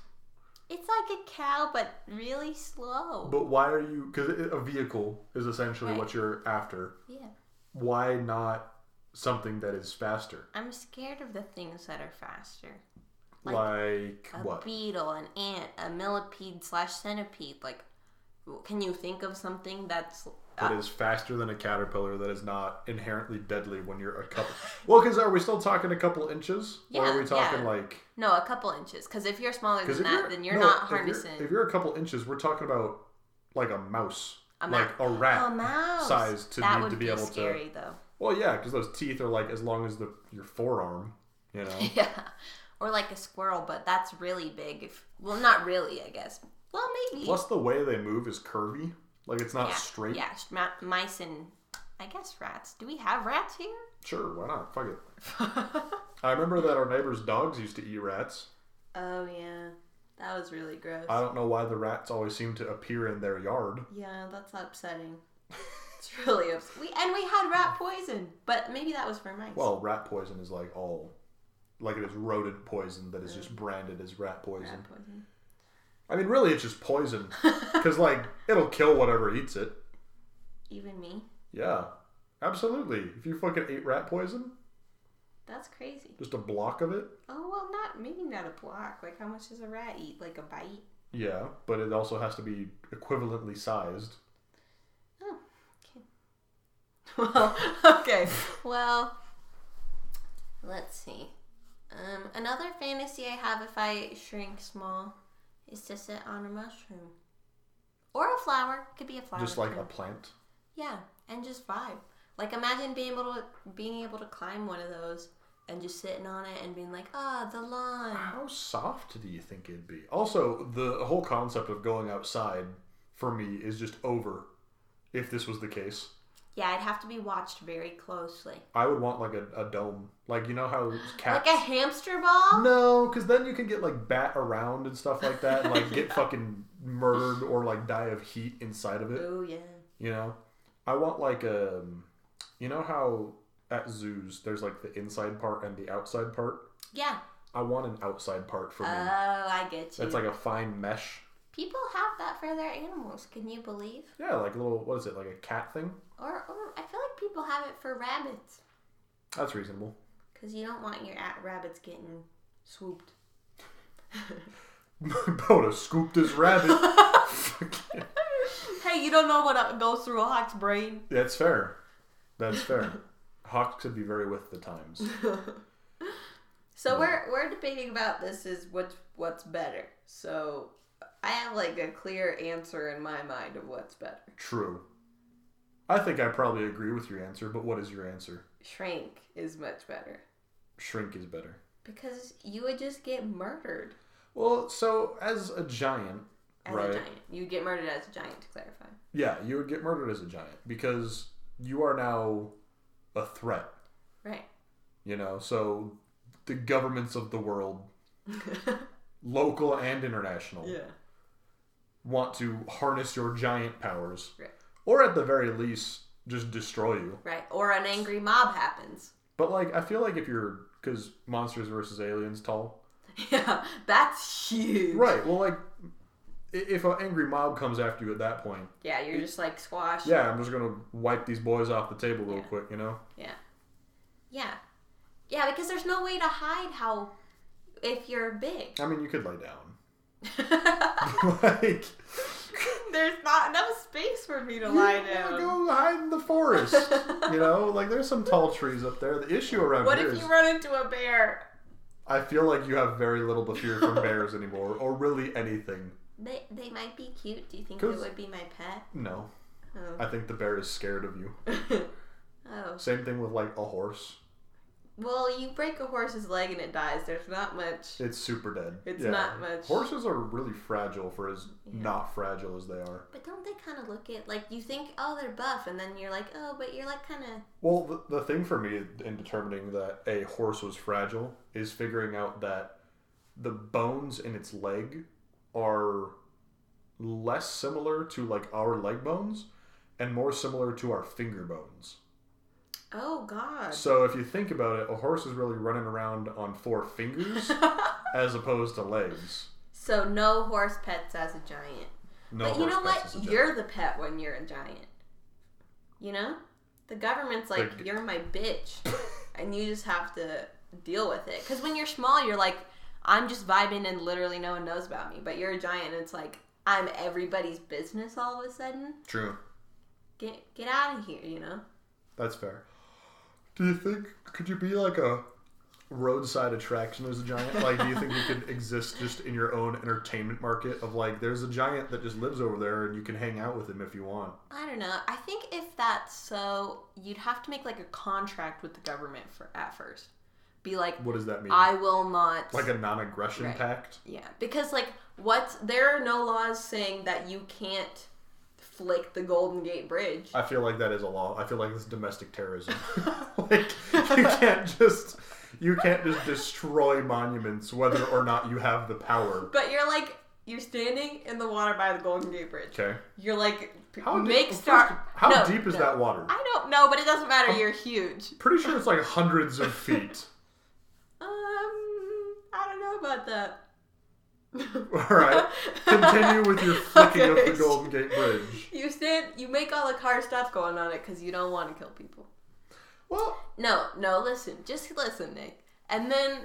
Speaker 3: It's like a cow, but really slow.
Speaker 2: but why are you because a vehicle is essentially what you're after
Speaker 3: yeah,
Speaker 2: why not something that is faster
Speaker 3: I'm scared of the things that are faster.
Speaker 2: like,
Speaker 3: a
Speaker 2: what
Speaker 3: beetle, an ant, a millipede slash centipede. Like, w- can you think of something that's uh,
Speaker 2: that is faster than a caterpillar that is not inherently deadly when you're a couple. well, because are we still talking a couple inches? or
Speaker 3: Yeah,
Speaker 2: are we talking
Speaker 3: yeah.
Speaker 2: like
Speaker 3: no a couple inches? Because if you're smaller
Speaker 2: because
Speaker 3: than that, then you're not harnessing.
Speaker 2: If you're, a couple inches, we're talking about like a mouse,
Speaker 3: A
Speaker 2: like a rat
Speaker 3: oh, mouse
Speaker 2: size to
Speaker 3: that
Speaker 2: need
Speaker 3: would
Speaker 2: to be, able
Speaker 3: scary
Speaker 2: to.
Speaker 3: though.
Speaker 2: Well, yeah, because those teeth are like as long as the your forearm. You know,
Speaker 3: Yeah. Or like a squirrel, but that's really big. If well, not really, I guess. Well, maybe.
Speaker 2: plus the way they move is curvy. Like it's not
Speaker 3: yeah.
Speaker 2: straight.
Speaker 3: Yeah, sh- ma- mice and I guess rats. Do we have rats here?
Speaker 2: Sure, why not? Fuck it. I remember that our neighbors' dogs used to eat rats.
Speaker 3: oh yeah, that was really gross.
Speaker 2: I don't know why the rats always seem to appear in their yard.
Speaker 3: yeah, that's upsetting. it's really upsetting. We, and we had rat poison, but maybe that was for mice.
Speaker 2: Well, rat poison is like all, like it is rodent poison that is just branded as rat poison.
Speaker 3: rat poison.
Speaker 2: I mean, really, it's just poison because like it'll kill whatever eats it.
Speaker 3: Even me.
Speaker 2: Yeah, absolutely. If you fucking ate rat poison,
Speaker 3: That's crazy.
Speaker 2: just a block of it.
Speaker 3: Oh well, not maybe not a block. Like how much does a rat eat? Like a bite?
Speaker 2: Yeah, but it also has to be equivalently sized.
Speaker 3: Oh, okay. Well, okay. Well, let's see. Um, another fantasy I have if I shrink small is to sit on a mushroom or a flower. Could be a flower.
Speaker 2: Just like
Speaker 3: too.
Speaker 2: a plant.
Speaker 3: yeah, and just vibe. Like imagine being able to being able to climb one of those and just sitting on it and being like, ah, the lawn.
Speaker 2: How soft do you think it'd be? Also, the whole concept of going outside for me is just over. If this was the case,
Speaker 3: Yeah, I'd have to be watched very closely.
Speaker 2: I would want like a, a dome, like you know how cats.
Speaker 3: Like a hamster ball.
Speaker 2: No, because then you can get like bat around and stuff like that, and like get fucking murdered or like die of heat inside of it.
Speaker 3: Oh yeah.
Speaker 2: You know, I want like a, you know how at zoos there's like the inside part and the outside part.
Speaker 3: Yeah.
Speaker 2: I want an outside part for
Speaker 3: Oh,
Speaker 2: me.
Speaker 3: I get you.
Speaker 2: That's like a fine mesh.
Speaker 3: People have that for their animals. Can you believe?
Speaker 2: Yeah, like a little what is it? Like a cat thing.
Speaker 3: Or, or I feel like people have it for rabbits
Speaker 2: That's reasonable.
Speaker 3: because you don't want your at rabbits getting swooped.
Speaker 2: Boda scooped this rabbit.
Speaker 3: hey, you don't know what goes through a hawk's brain.
Speaker 2: That's fair. That's fair. Hawks could be very with the times.
Speaker 3: So we're we're debating about this is what's what's better. So I have like a clear answer in my mind of what's better.
Speaker 2: True. I think I probably agree with your answer, but what is your answer?
Speaker 3: Shrink is much better
Speaker 2: Shrink is better.
Speaker 3: because you would just get murdered
Speaker 2: Well, so as a giant,
Speaker 3: as
Speaker 2: right?
Speaker 3: a giant. You get murdered as a giant to clarify.
Speaker 2: Yeah, you would get murdered as a giant because you are now a threat,
Speaker 3: Right.
Speaker 2: you know? So the governments of the world, local and international, want to harness your giant powers
Speaker 3: Right.
Speaker 2: or at the very least just destroy you.
Speaker 3: Right. Or an angry mob happens.
Speaker 2: But like I feel like if you're cuz monsters versus aliens tall,
Speaker 3: Yeah, that's huge.
Speaker 2: Right. Well, like, i- if an angry mob comes after you at that point,
Speaker 3: Yeah, you're just like squash.
Speaker 2: yeah, I'm just gonna wipe these boys off the table real
Speaker 3: Yeah.
Speaker 2: quick, you know?
Speaker 3: Yeah. Yeah. Yeah, because there's no way to hide how if you're big.
Speaker 2: I mean, you could lay down.
Speaker 3: there's
Speaker 2: like,
Speaker 3: not enough space for me to lie
Speaker 2: you wanna
Speaker 3: down.
Speaker 2: go hide in the forest. you know, like there's some tall trees up there. The issue around
Speaker 3: What
Speaker 2: here
Speaker 3: if
Speaker 2: is,
Speaker 3: you run into a bear?
Speaker 2: I feel like you have very little to fear from bears anymore, or really anything.
Speaker 3: They they might be cute. Do you think
Speaker 2: 'Cause-
Speaker 3: it would be my pet?
Speaker 2: No,
Speaker 3: Oh.
Speaker 2: I think the bear is scared of you.
Speaker 3: oh.
Speaker 2: Same thing with like a horse.
Speaker 3: Well, you break a horse's leg and it dies. There's not much.
Speaker 2: It's super dead.
Speaker 3: It's not much-
Speaker 2: Horses are really fragile for as
Speaker 3: Yeah.
Speaker 2: not fragile as they are.
Speaker 3: But don't they kind of look at like you think oh they're buff and then you're like oh but you're like kind of
Speaker 2: Well, the, the thing for me in determining that a horse was fragile is figuring out that the bones in its leg are less similar to like our leg bones and more similar to our finger bones.
Speaker 3: oh god
Speaker 2: So if you think about it, a horse is really running around on four fingers as opposed to legs.
Speaker 3: So no horse pets as a giant.
Speaker 2: No,
Speaker 3: but you
Speaker 2: horse
Speaker 3: know
Speaker 2: pets
Speaker 3: what?
Speaker 2: is a giant.
Speaker 3: You're the pet when you're a giant. You know? The government's like,
Speaker 2: Like-
Speaker 3: you're my bitch. and you just have to deal with it. Because when you're small, you're like, I'm just vibing and literally no one knows about me. But you're a giant and it's like, I'm everybody's business all of a sudden.
Speaker 2: true.
Speaker 3: Get get out of here, you know?
Speaker 2: That's fair. Do you think could you be like a roadside attraction as a giant? Like, do you think you could exist just in your own entertainment market of like, there's a giant that just lives over there, and you can hang out with him if you want?
Speaker 3: I don't know. I think if that's so, you'd have to make like a contract with the government for at first. be like,
Speaker 2: What does that mean?
Speaker 3: I will not.
Speaker 2: like a non-aggression
Speaker 3: Right.
Speaker 2: pact.
Speaker 3: yeah, because like what's there are no laws saying that you can't flick the Golden Gate Bridge.
Speaker 2: I feel like that is a law. I feel like it's domestic terrorism. like you can't just you can't just destroy monuments whether or not you have the power.
Speaker 3: But you're like you're standing in the water by the Golden Gate Bridge.
Speaker 2: Okay.
Speaker 3: You're like p-
Speaker 2: How deep-
Speaker 3: make
Speaker 2: first,
Speaker 3: star.
Speaker 2: How
Speaker 3: No,
Speaker 2: deep is
Speaker 3: no.
Speaker 2: that Um, water?
Speaker 3: I don't know, but it doesn't matter. You're huge.
Speaker 2: Pretty sure it's like hundreds of feet.
Speaker 3: Um, I don't know about that.
Speaker 2: All right. Continue with your flicking
Speaker 3: Okay.
Speaker 2: of the Golden Gate Bridge.
Speaker 3: You stand. You make all the car stuff going on it because you don't want to kill people.
Speaker 2: Well,
Speaker 3: No, no. Listen, just listen, Nick. And then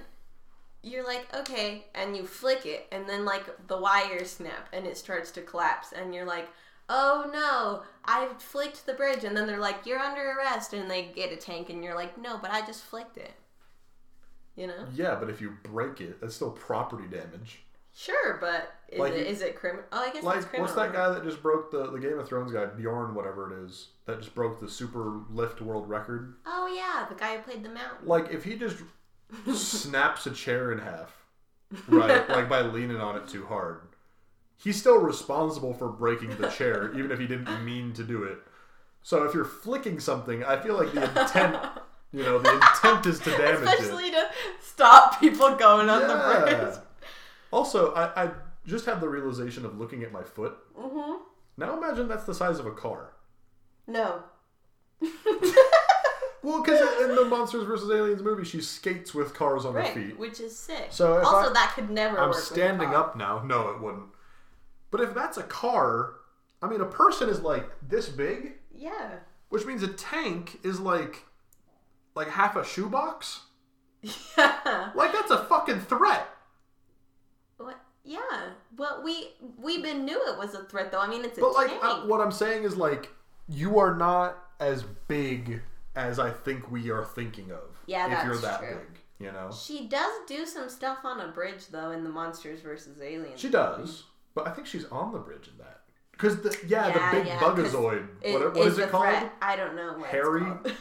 Speaker 3: you're like, okay, and you flick it, and then like the wires snap, and it starts to collapse, and you're like. Oh no, I flicked the bridge, and then they're like, You're under arrest, and they get a tank, and you're like, No, but I just flicked it. You know?
Speaker 2: yeah, but if you break it, that's still property damage.
Speaker 3: Sure, but is
Speaker 2: Like-
Speaker 3: it is it criminal? Oh, I guess it's
Speaker 2: Like,
Speaker 3: criminal.
Speaker 2: what's that guy that just broke the, the Game of Thrones guy, Bjorn, whatever it is, that just broke the super lift world record?
Speaker 3: Oh yeah, the guy who played the mountain.
Speaker 2: Like, if he just snaps a chair in half, right, like by leaning on it too hard, he's still responsible for breaking the chair, even if he didn't mean to do it. So if you're flicking something, I feel like the intent, you know, the intent is to damage it.
Speaker 3: Especially to stop people going on the
Speaker 2: Yeah.
Speaker 3: bridge.
Speaker 2: Also, I, I just had the realization of looking at my foot.
Speaker 3: hmm
Speaker 2: Now imagine that's the size of a car.
Speaker 3: No.
Speaker 2: Well, because in the Monsters vs. Aliens movie, she skates with cars on her feet.
Speaker 3: right, which is sick.
Speaker 2: So if
Speaker 3: also
Speaker 2: I-
Speaker 3: that could never.
Speaker 2: I'm
Speaker 3: work with a
Speaker 2: standing
Speaker 3: car.
Speaker 2: up now. No, it wouldn't. But if that's a car, I mean, a person is like this big,
Speaker 3: Yeah.
Speaker 2: which means a tank is like like half a shoebox.
Speaker 3: Yeah.
Speaker 2: Like that's a fucking threat.
Speaker 3: What? Yeah. Well, we we been knew it was a threat though. I mean, it's a
Speaker 2: But like,
Speaker 3: tank.
Speaker 2: I, what I'm saying is like, you are not as big as I think we are thinking of.
Speaker 3: Yeah,
Speaker 2: if
Speaker 3: that's
Speaker 2: you're that
Speaker 3: true.
Speaker 2: big, you know.
Speaker 3: she does do some stuff on a bridge though in the Monsters versus Aliens.
Speaker 2: She does, but I think she's on the bridge in that. Because the yeah,
Speaker 3: Yeah,
Speaker 2: the big
Speaker 3: yeah, 'cause
Speaker 2: bugazoid.
Speaker 3: It
Speaker 2: what what is
Speaker 3: a
Speaker 2: it called?
Speaker 3: threat. I don't know. What it's
Speaker 2: Harry?
Speaker 3: called.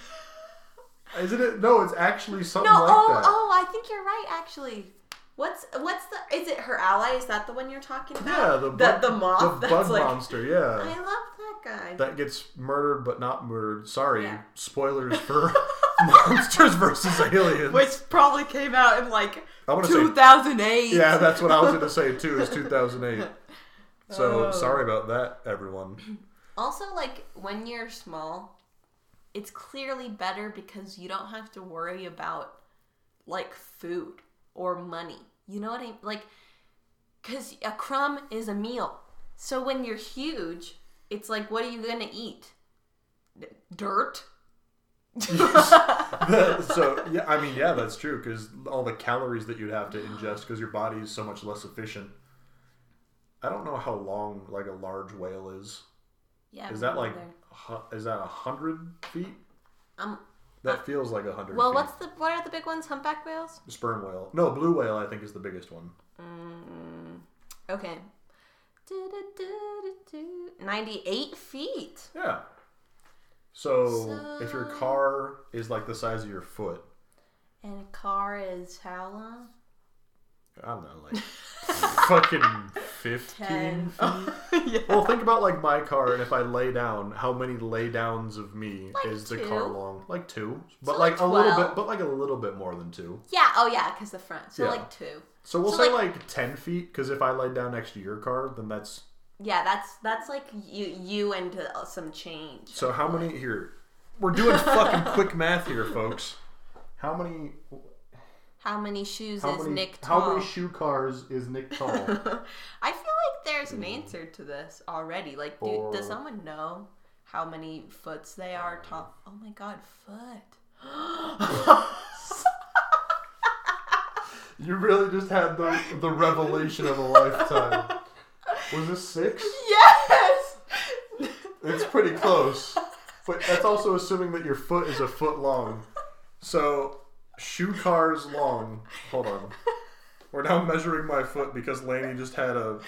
Speaker 2: Isn't it? No, it's actually something
Speaker 3: No,
Speaker 2: like
Speaker 3: oh,
Speaker 2: that.
Speaker 3: oh, I think you're right. Actually, what's what's the? Is it her ally? Is that the one you're talking
Speaker 2: Yeah,
Speaker 3: about?
Speaker 2: the bug,
Speaker 3: that the moth.
Speaker 2: the
Speaker 3: that's
Speaker 2: bug
Speaker 3: like
Speaker 2: monster. Yeah,
Speaker 3: I love that guy.
Speaker 2: that gets murdered but not murdered. Sorry,
Speaker 3: Yeah.
Speaker 2: spoilers for monsters versus aliens.
Speaker 3: Which probably came out in like
Speaker 2: I want to say
Speaker 3: 2008.
Speaker 2: Yeah, that's what I was going to say too. Is 2008. So
Speaker 3: Oh.
Speaker 2: sorry about that, everyone.
Speaker 3: also, like when you're small, it's clearly better because you don't have to worry about like food or money. You know what I mean? Like, because a crumb is a meal. So when you're huge, it's like, what are you gonna eat? D- Dirt.
Speaker 2: so yeah, I mean yeah, that's true because all the calories that you'd have to ingest because your body is so much less efficient. I don't know how long like a large whale is.
Speaker 3: Yeah.
Speaker 2: Is that like
Speaker 3: there.
Speaker 2: hu- is that a hundred feet?
Speaker 3: um?
Speaker 2: That feels like a hundred.
Speaker 3: Well,
Speaker 2: feet.
Speaker 3: what's the what are the big ones? Humpback whales.
Speaker 2: sperm whale? No, blue whale. I think is the biggest one.
Speaker 3: Mm, okay. Do-do-do-do-do. Ninety-eight feet.
Speaker 2: Yeah. So, if your
Speaker 3: So-
Speaker 2: car is like the size of your foot,
Speaker 3: And a car is how long?
Speaker 2: I don't know, like fucking fifteen
Speaker 3: Ten. yeah.
Speaker 2: Well, think about like my car, and if I lay down, how many lay downs of me
Speaker 3: Like
Speaker 2: is the
Speaker 3: two.
Speaker 2: car long? Like two, but
Speaker 3: So,
Speaker 2: like,
Speaker 3: like
Speaker 2: a little
Speaker 3: 12.
Speaker 2: bit, but like a little bit more than two.
Speaker 3: Yeah. Oh yeah, because the front. So
Speaker 2: Yeah.
Speaker 3: like two.
Speaker 2: So we'll
Speaker 3: So,
Speaker 2: say like, ten feet, because if I lay down next to your car, then that's
Speaker 3: Yeah, that's that's like you you and uh, some change.
Speaker 2: so. How many here? We're doing fucking quick math here, folks. How many?
Speaker 3: How many shoes
Speaker 2: How
Speaker 3: is
Speaker 2: many?
Speaker 3: Nick tall?
Speaker 2: how many shoe cars is Nick
Speaker 3: I
Speaker 2: tall?
Speaker 3: feel like there's an answer to this already. Like, do,
Speaker 2: Mm. Or-
Speaker 3: does someone know how many foots they are tall? Oh my god, foot.
Speaker 2: you really just had the the revelation of a lifetime. Was this six?
Speaker 3: yes.
Speaker 2: It's pretty close. But that's also assuming that your foot is a foot long. So, shoe cars long. Hold on. We're now measuring my foot because Lainey just had a.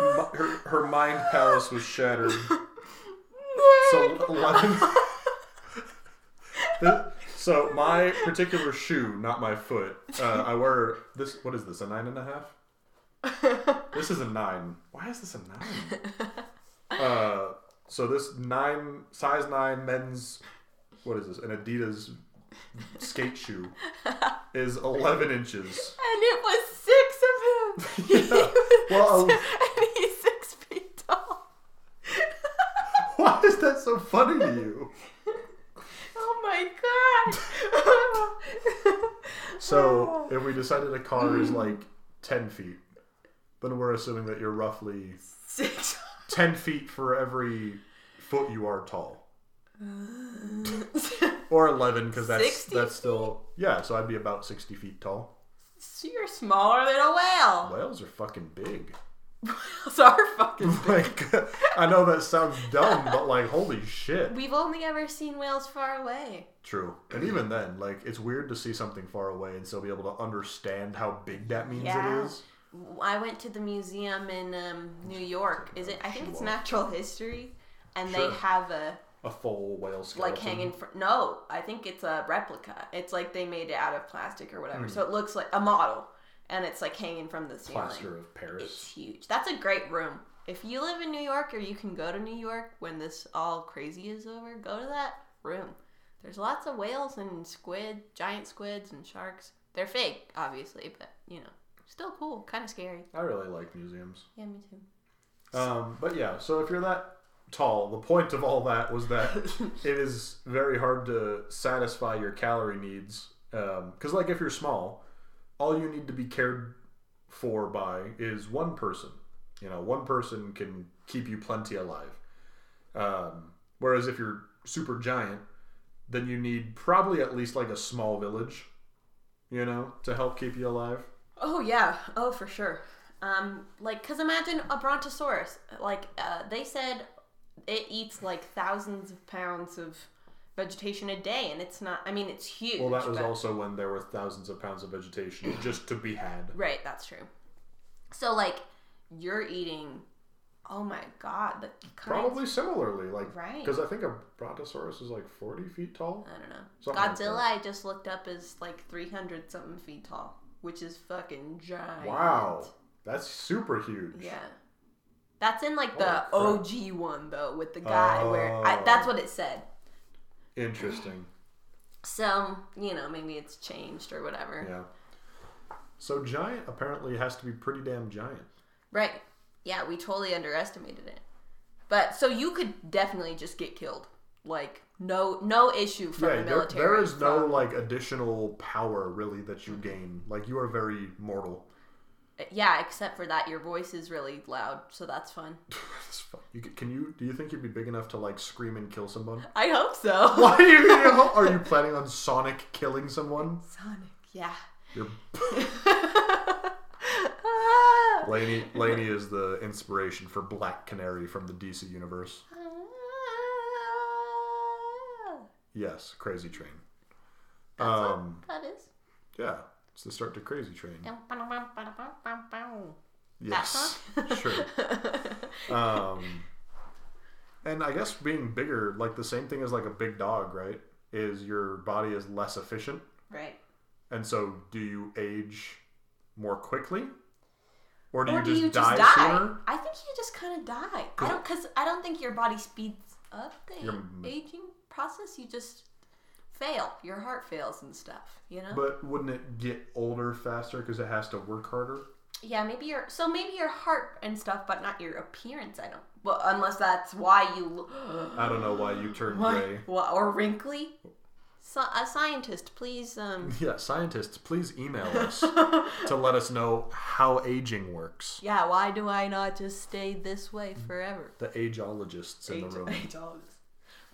Speaker 2: Her, her mind palace was shattered. So, 11. So my particular shoe, not my foot. Uh, I wear this. What is this? A nine and a half? This is a nine. Why is this a nine? Uh, so this nine, size nine, men's. What is this? An Adidas skate shoe is eleven inches.
Speaker 3: And it was six of him. He
Speaker 2: Yeah.
Speaker 3: was-
Speaker 2: Well, um,
Speaker 3: and he's six feet tall.
Speaker 2: Why is that so funny to you?
Speaker 3: Oh my god.
Speaker 2: So if we decided a car is like ten feet, then we're assuming that you're roughly
Speaker 3: six.
Speaker 2: ten feet for every foot you are tall. Or eleven, because that's
Speaker 3: 60
Speaker 2: that's still yeah. So I'd be about sixty feet tall.
Speaker 3: so you're smaller than a whale.
Speaker 2: Whales are fucking big.
Speaker 3: Whales are fucking.
Speaker 2: Like I know that sounds dumb, but like holy shit.
Speaker 3: We've only ever seen whales far away.
Speaker 2: True. And even then, like it's weird to see something far away and still be able to understand how big that means
Speaker 3: Yeah.
Speaker 2: it is.
Speaker 3: I went to the museum in um, New York. Is it? I think it's Natural History, and
Speaker 2: Sure.
Speaker 3: they have a
Speaker 2: A full whale skeleton.
Speaker 3: like hanging. Fr- no, I think it's a replica. It's like they made it out of plastic or whatever, so it looks like a model, and it's like hanging from the ceiling.
Speaker 2: plaster of Paris.
Speaker 3: It's huge. That's a great room. If you live in New York or you can go to New York when this all crazy is over, go to that room. There's lots of whales and squid, giant squids and sharks. They're fake, obviously, but you know, still cool, kind of scary.
Speaker 2: I really like museums.
Speaker 3: Yeah, me too.
Speaker 2: Um, but yeah, so if you're that tall, the point of all that was that it is very hard to satisfy your calorie needs. Because, like, if you're small, all you need to be cared for by is one person. You know, one person can keep you plenty alive. Um, whereas if you're super giant, then you need probably at least like a small village, you know, to help keep you alive.
Speaker 3: Oh yeah, oh for sure. Um, like, cause imagine a brontosaurus. Like, uh, they said it eats like thousands of pounds of vegetation a day, and it's not. I mean, it's huge.
Speaker 2: Well, that was
Speaker 3: but-
Speaker 2: also when there were thousands of pounds of vegetation just to be had.
Speaker 3: Right, that's true. So like you're eating oh my god, the kinds
Speaker 2: Probably similarly, like
Speaker 3: Right. Uh,
Speaker 2: because I think a brontosaurus is like forty feet tall.
Speaker 3: I don't know.
Speaker 2: Something like
Speaker 3: Godzilla I just looked up is like 300 something feet tall, which is fucking giant.
Speaker 2: Wow, that's super huge.
Speaker 3: Yeah. That's in like the
Speaker 2: Holy Oh.
Speaker 3: OG one though with the guy where I, that's what it said.
Speaker 2: Interesting.
Speaker 3: So, you know, maybe it's changed or whatever.
Speaker 2: Yeah. So giant apparently has to be pretty damn giant.
Speaker 3: Right. Yeah, we totally underestimated it. But so you could definitely just get killed. Like no no issue from
Speaker 2: Yeah,
Speaker 3: the
Speaker 2: there,
Speaker 3: military.
Speaker 2: there is no
Speaker 3: from- Mm-hmm.
Speaker 2: like additional power really that you gain. Like you are very mortal.
Speaker 3: Yeah, except for that, your voice is really loud, so that's fun.
Speaker 2: It's fu- you c- can you do you think you'd be big enough to like scream and kill someone?
Speaker 3: I hope so.
Speaker 2: Why are you are you planning on Sonic killing someone?
Speaker 3: Sonic, yeah.
Speaker 2: You're
Speaker 3: Ah.
Speaker 2: Laney, Laney is the inspiration for Black Canary from the DC universe. Yes, Crazy Train. Um,
Speaker 3: that is.
Speaker 2: yeah, it's the start to Crazy Train.
Speaker 3: That
Speaker 2: Yes,
Speaker 3: song?
Speaker 2: sure. Um, and I guess being bigger, like the same thing as like a big dog, right? Is your body is less efficient,
Speaker 3: right.
Speaker 2: and so do you age more quickly, or do
Speaker 3: or
Speaker 2: you
Speaker 3: do
Speaker 2: just
Speaker 3: you
Speaker 2: die
Speaker 3: just die?
Speaker 2: sooner?
Speaker 3: I think you just kind of die. I
Speaker 2: Cause-
Speaker 3: don't, cause I don't think your body speeds up the
Speaker 2: Your-
Speaker 3: aging process. You just fail. Your heart fails and stuff. You know.
Speaker 2: But wouldn't it get older faster because it has to work harder?
Speaker 3: Yeah, maybe your so maybe your heart and stuff, but not your appearance. I don't. Well, unless that's why you
Speaker 2: I don't know why you turn gray.
Speaker 3: Why- or wrinkly. So, a scientist, please. Um.
Speaker 2: Yeah, scientists, please email us to let us know how aging works.
Speaker 3: Yeah. Why do I not just stay this way forever?
Speaker 2: The ageologists in the room.
Speaker 3: Age all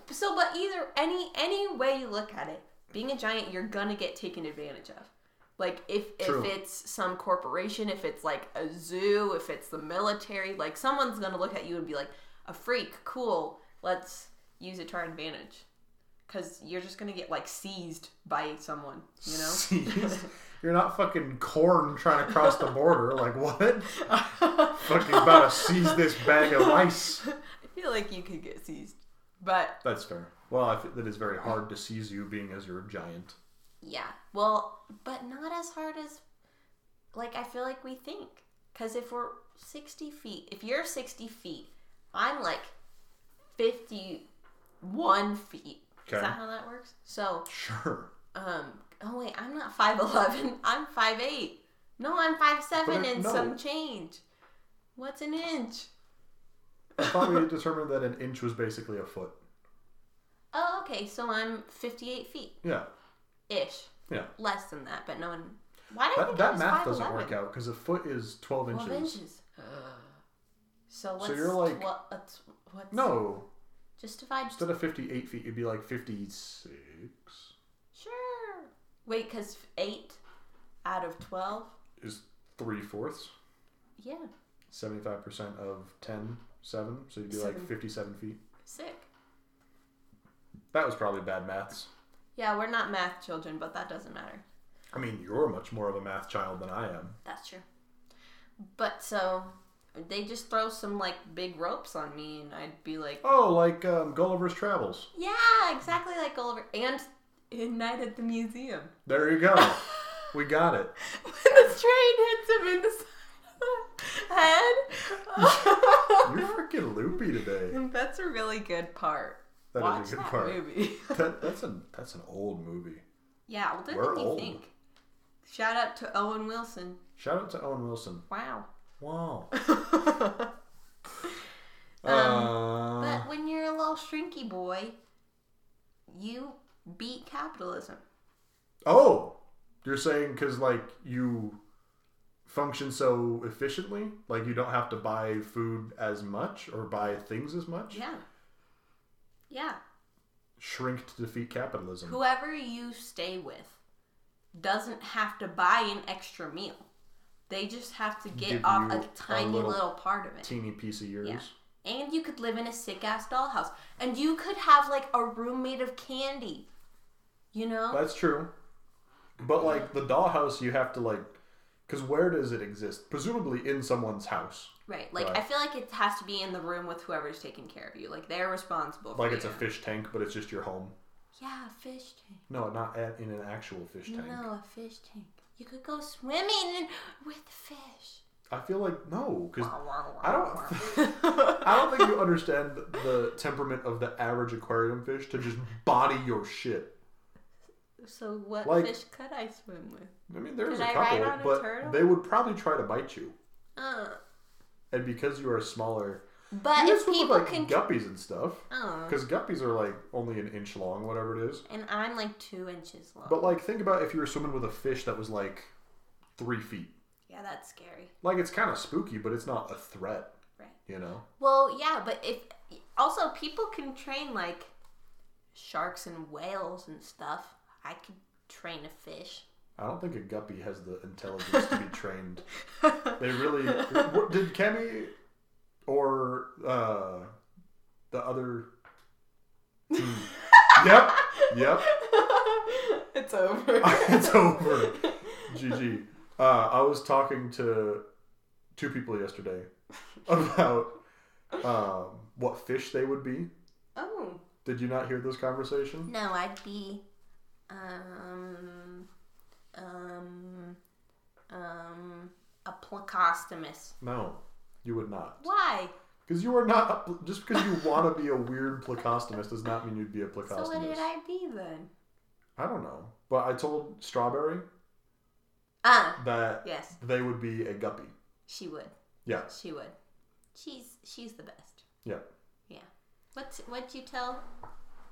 Speaker 3: this. So, but either any any way you look at it, being a giant, you're gonna get taken advantage of. Like if
Speaker 2: True.
Speaker 3: if it's some corporation, if it's like a zoo, if it's the military, like someone's gonna look at you and be like, a freak, cool. Let's use it to our advantage, because you're just gonna get like seized by someone, you know.
Speaker 2: Jeez. You're not fucking corn trying to cross the border. Like, what? fucking about to seize this bag of rice.
Speaker 3: I feel like you could get seized But
Speaker 2: That's fair. Well, I f- that is very hard to seize you being as you're a giant.
Speaker 3: yeah, well, but not as hard as like I feel like we think. Because if we're sixty feet, if you're sixty feet, I'm like fifty-one feet. Is
Speaker 2: Okay.
Speaker 3: that how that works? So
Speaker 2: Sure.
Speaker 3: Um. Oh wait, I'm not five eleven. I'm five eight. No, I'm five seven
Speaker 2: But it-
Speaker 3: and
Speaker 2: no.
Speaker 3: some change. What's an inch?
Speaker 2: I thought we determined that an inch was basically a foot.
Speaker 3: Oh, okay. So I'm fifty eight feet
Speaker 2: Yeah.
Speaker 3: ish.
Speaker 2: Yeah.
Speaker 3: Less than that, but no one. Why did I
Speaker 2: That,
Speaker 3: think
Speaker 2: that math doesn't work out because a foot is 12 inches.
Speaker 3: Twelve inches. So what's
Speaker 2: you're like-
Speaker 3: what? What's, what's
Speaker 2: No.
Speaker 3: Just divide.
Speaker 2: Instead of 58 feet, it'd be like 56.
Speaker 3: sure. Wait, because eight out of twelve.
Speaker 2: Is 3 fourths.
Speaker 3: Yeah.
Speaker 2: 75% of 10, 7. So you'd be
Speaker 3: Seven.
Speaker 2: like 57 feet.
Speaker 3: Sick.
Speaker 2: That was probably bad maths.
Speaker 3: Yeah, we're not math children, but that doesn't matter.
Speaker 2: I mean, you're much more of a math child than I am.
Speaker 3: That's true. But so they just throw some like big ropes on me, and I'd be like,
Speaker 2: Oh, like um, Gulliver's Travels.
Speaker 3: "Yeah, exactly like Gulliver." And in Night at the Museum,
Speaker 2: There you go. we got it.
Speaker 3: when the train hits him in the side of the
Speaker 2: You're freaking loopy today.
Speaker 3: head. That's a really good part.
Speaker 2: That is
Speaker 3: Watch
Speaker 2: a good
Speaker 3: that
Speaker 2: part.
Speaker 3: movie.
Speaker 2: That, that's an that's an old movie.
Speaker 3: yeah, older
Speaker 2: We're
Speaker 3: than you
Speaker 2: old.
Speaker 3: think. Shout out to Owen Wilson.
Speaker 2: Shout out to Owen Wilson.
Speaker 3: Wow.
Speaker 2: Wow.
Speaker 3: but Um,
Speaker 2: Uh,
Speaker 3: when you're a little shrinky boy, you beat capitalism.
Speaker 2: oh, you're saying because like you function so efficiently, like you don't have to buy food as much or buy things as much.
Speaker 3: Yeah. Yeah.
Speaker 2: Shrink to defeat capitalism.
Speaker 3: Whoever you stay with doesn't have to buy an extra meal. They just have to get
Speaker 2: Give
Speaker 3: off
Speaker 2: you
Speaker 3: a
Speaker 2: a
Speaker 3: tiny little,
Speaker 2: little
Speaker 3: part of it.
Speaker 2: Teeny piece of yours.
Speaker 3: Yeah. And you could live in a sick ass dollhouse. And you could have like a room made of candy. You know?
Speaker 2: That's true. But like the dollhouse, you have to like, because where does it exist? Presumably in someone's house.
Speaker 3: Right. Like
Speaker 2: Right.
Speaker 3: I feel like it has to be in the room with whoever's taking care of you. Like they're responsible for
Speaker 2: Like it's a
Speaker 3: you.
Speaker 2: fish tank, but it's just your home.
Speaker 3: Yeah, a fish tank.
Speaker 2: No, not at, in an actual fish tank.
Speaker 3: No, a fish tank. You could go swimming with fish.
Speaker 2: I feel like no, because
Speaker 3: I
Speaker 2: I I don't think you understand the temperament of the average aquarium fish to just body your shit.
Speaker 3: So what
Speaker 2: Like-
Speaker 3: fish could I swim with?
Speaker 2: I mean, there's
Speaker 3: Could
Speaker 2: a
Speaker 3: I ride
Speaker 2: couple,
Speaker 3: on a
Speaker 2: but
Speaker 3: turtle?
Speaker 2: they would probably try to bite you.
Speaker 3: Uh,
Speaker 2: And because you are smaller,
Speaker 3: but
Speaker 2: you
Speaker 3: if
Speaker 2: just look
Speaker 3: people
Speaker 2: like
Speaker 3: can,
Speaker 2: guppies and stuff.
Speaker 3: uh,
Speaker 2: Because guppies are like only an inch long, whatever it is.
Speaker 3: and I'm like two inches long.
Speaker 2: But like, think about if you were swimming with a fish that was like three feet.
Speaker 3: yeah, that's scary,
Speaker 2: Like, it's kind of spooky, but it's not a threat,
Speaker 3: right?
Speaker 2: you know?
Speaker 3: Well, yeah, but if also people can train like sharks and whales and stuff. I could train a fish.
Speaker 2: I don't think a guppy has the intelligence to be trained. They really what- did. Kemi or uh, the other. Hmm. yep, yep.
Speaker 3: it's over.
Speaker 2: it's over. GG. Uh, I was talking to two people yesterday about um, what fish they would be.
Speaker 3: oh.
Speaker 2: Did you not hear this conversation?
Speaker 3: No, I'd be um um um a placostomus.
Speaker 2: No, you would not.
Speaker 3: Why?
Speaker 2: Because you are not a pl- just because you want to be a weird placostomist does not mean you'd be a placostomist.
Speaker 3: So what did I be then?
Speaker 2: I don't know, but I told Strawberry
Speaker 3: Ah,
Speaker 2: that
Speaker 3: yes,
Speaker 2: they would be a guppy.
Speaker 3: she would.
Speaker 2: Yeah,
Speaker 3: She would. She's she's the best.
Speaker 2: yeah.
Speaker 3: Yeah. What's what'd you tell?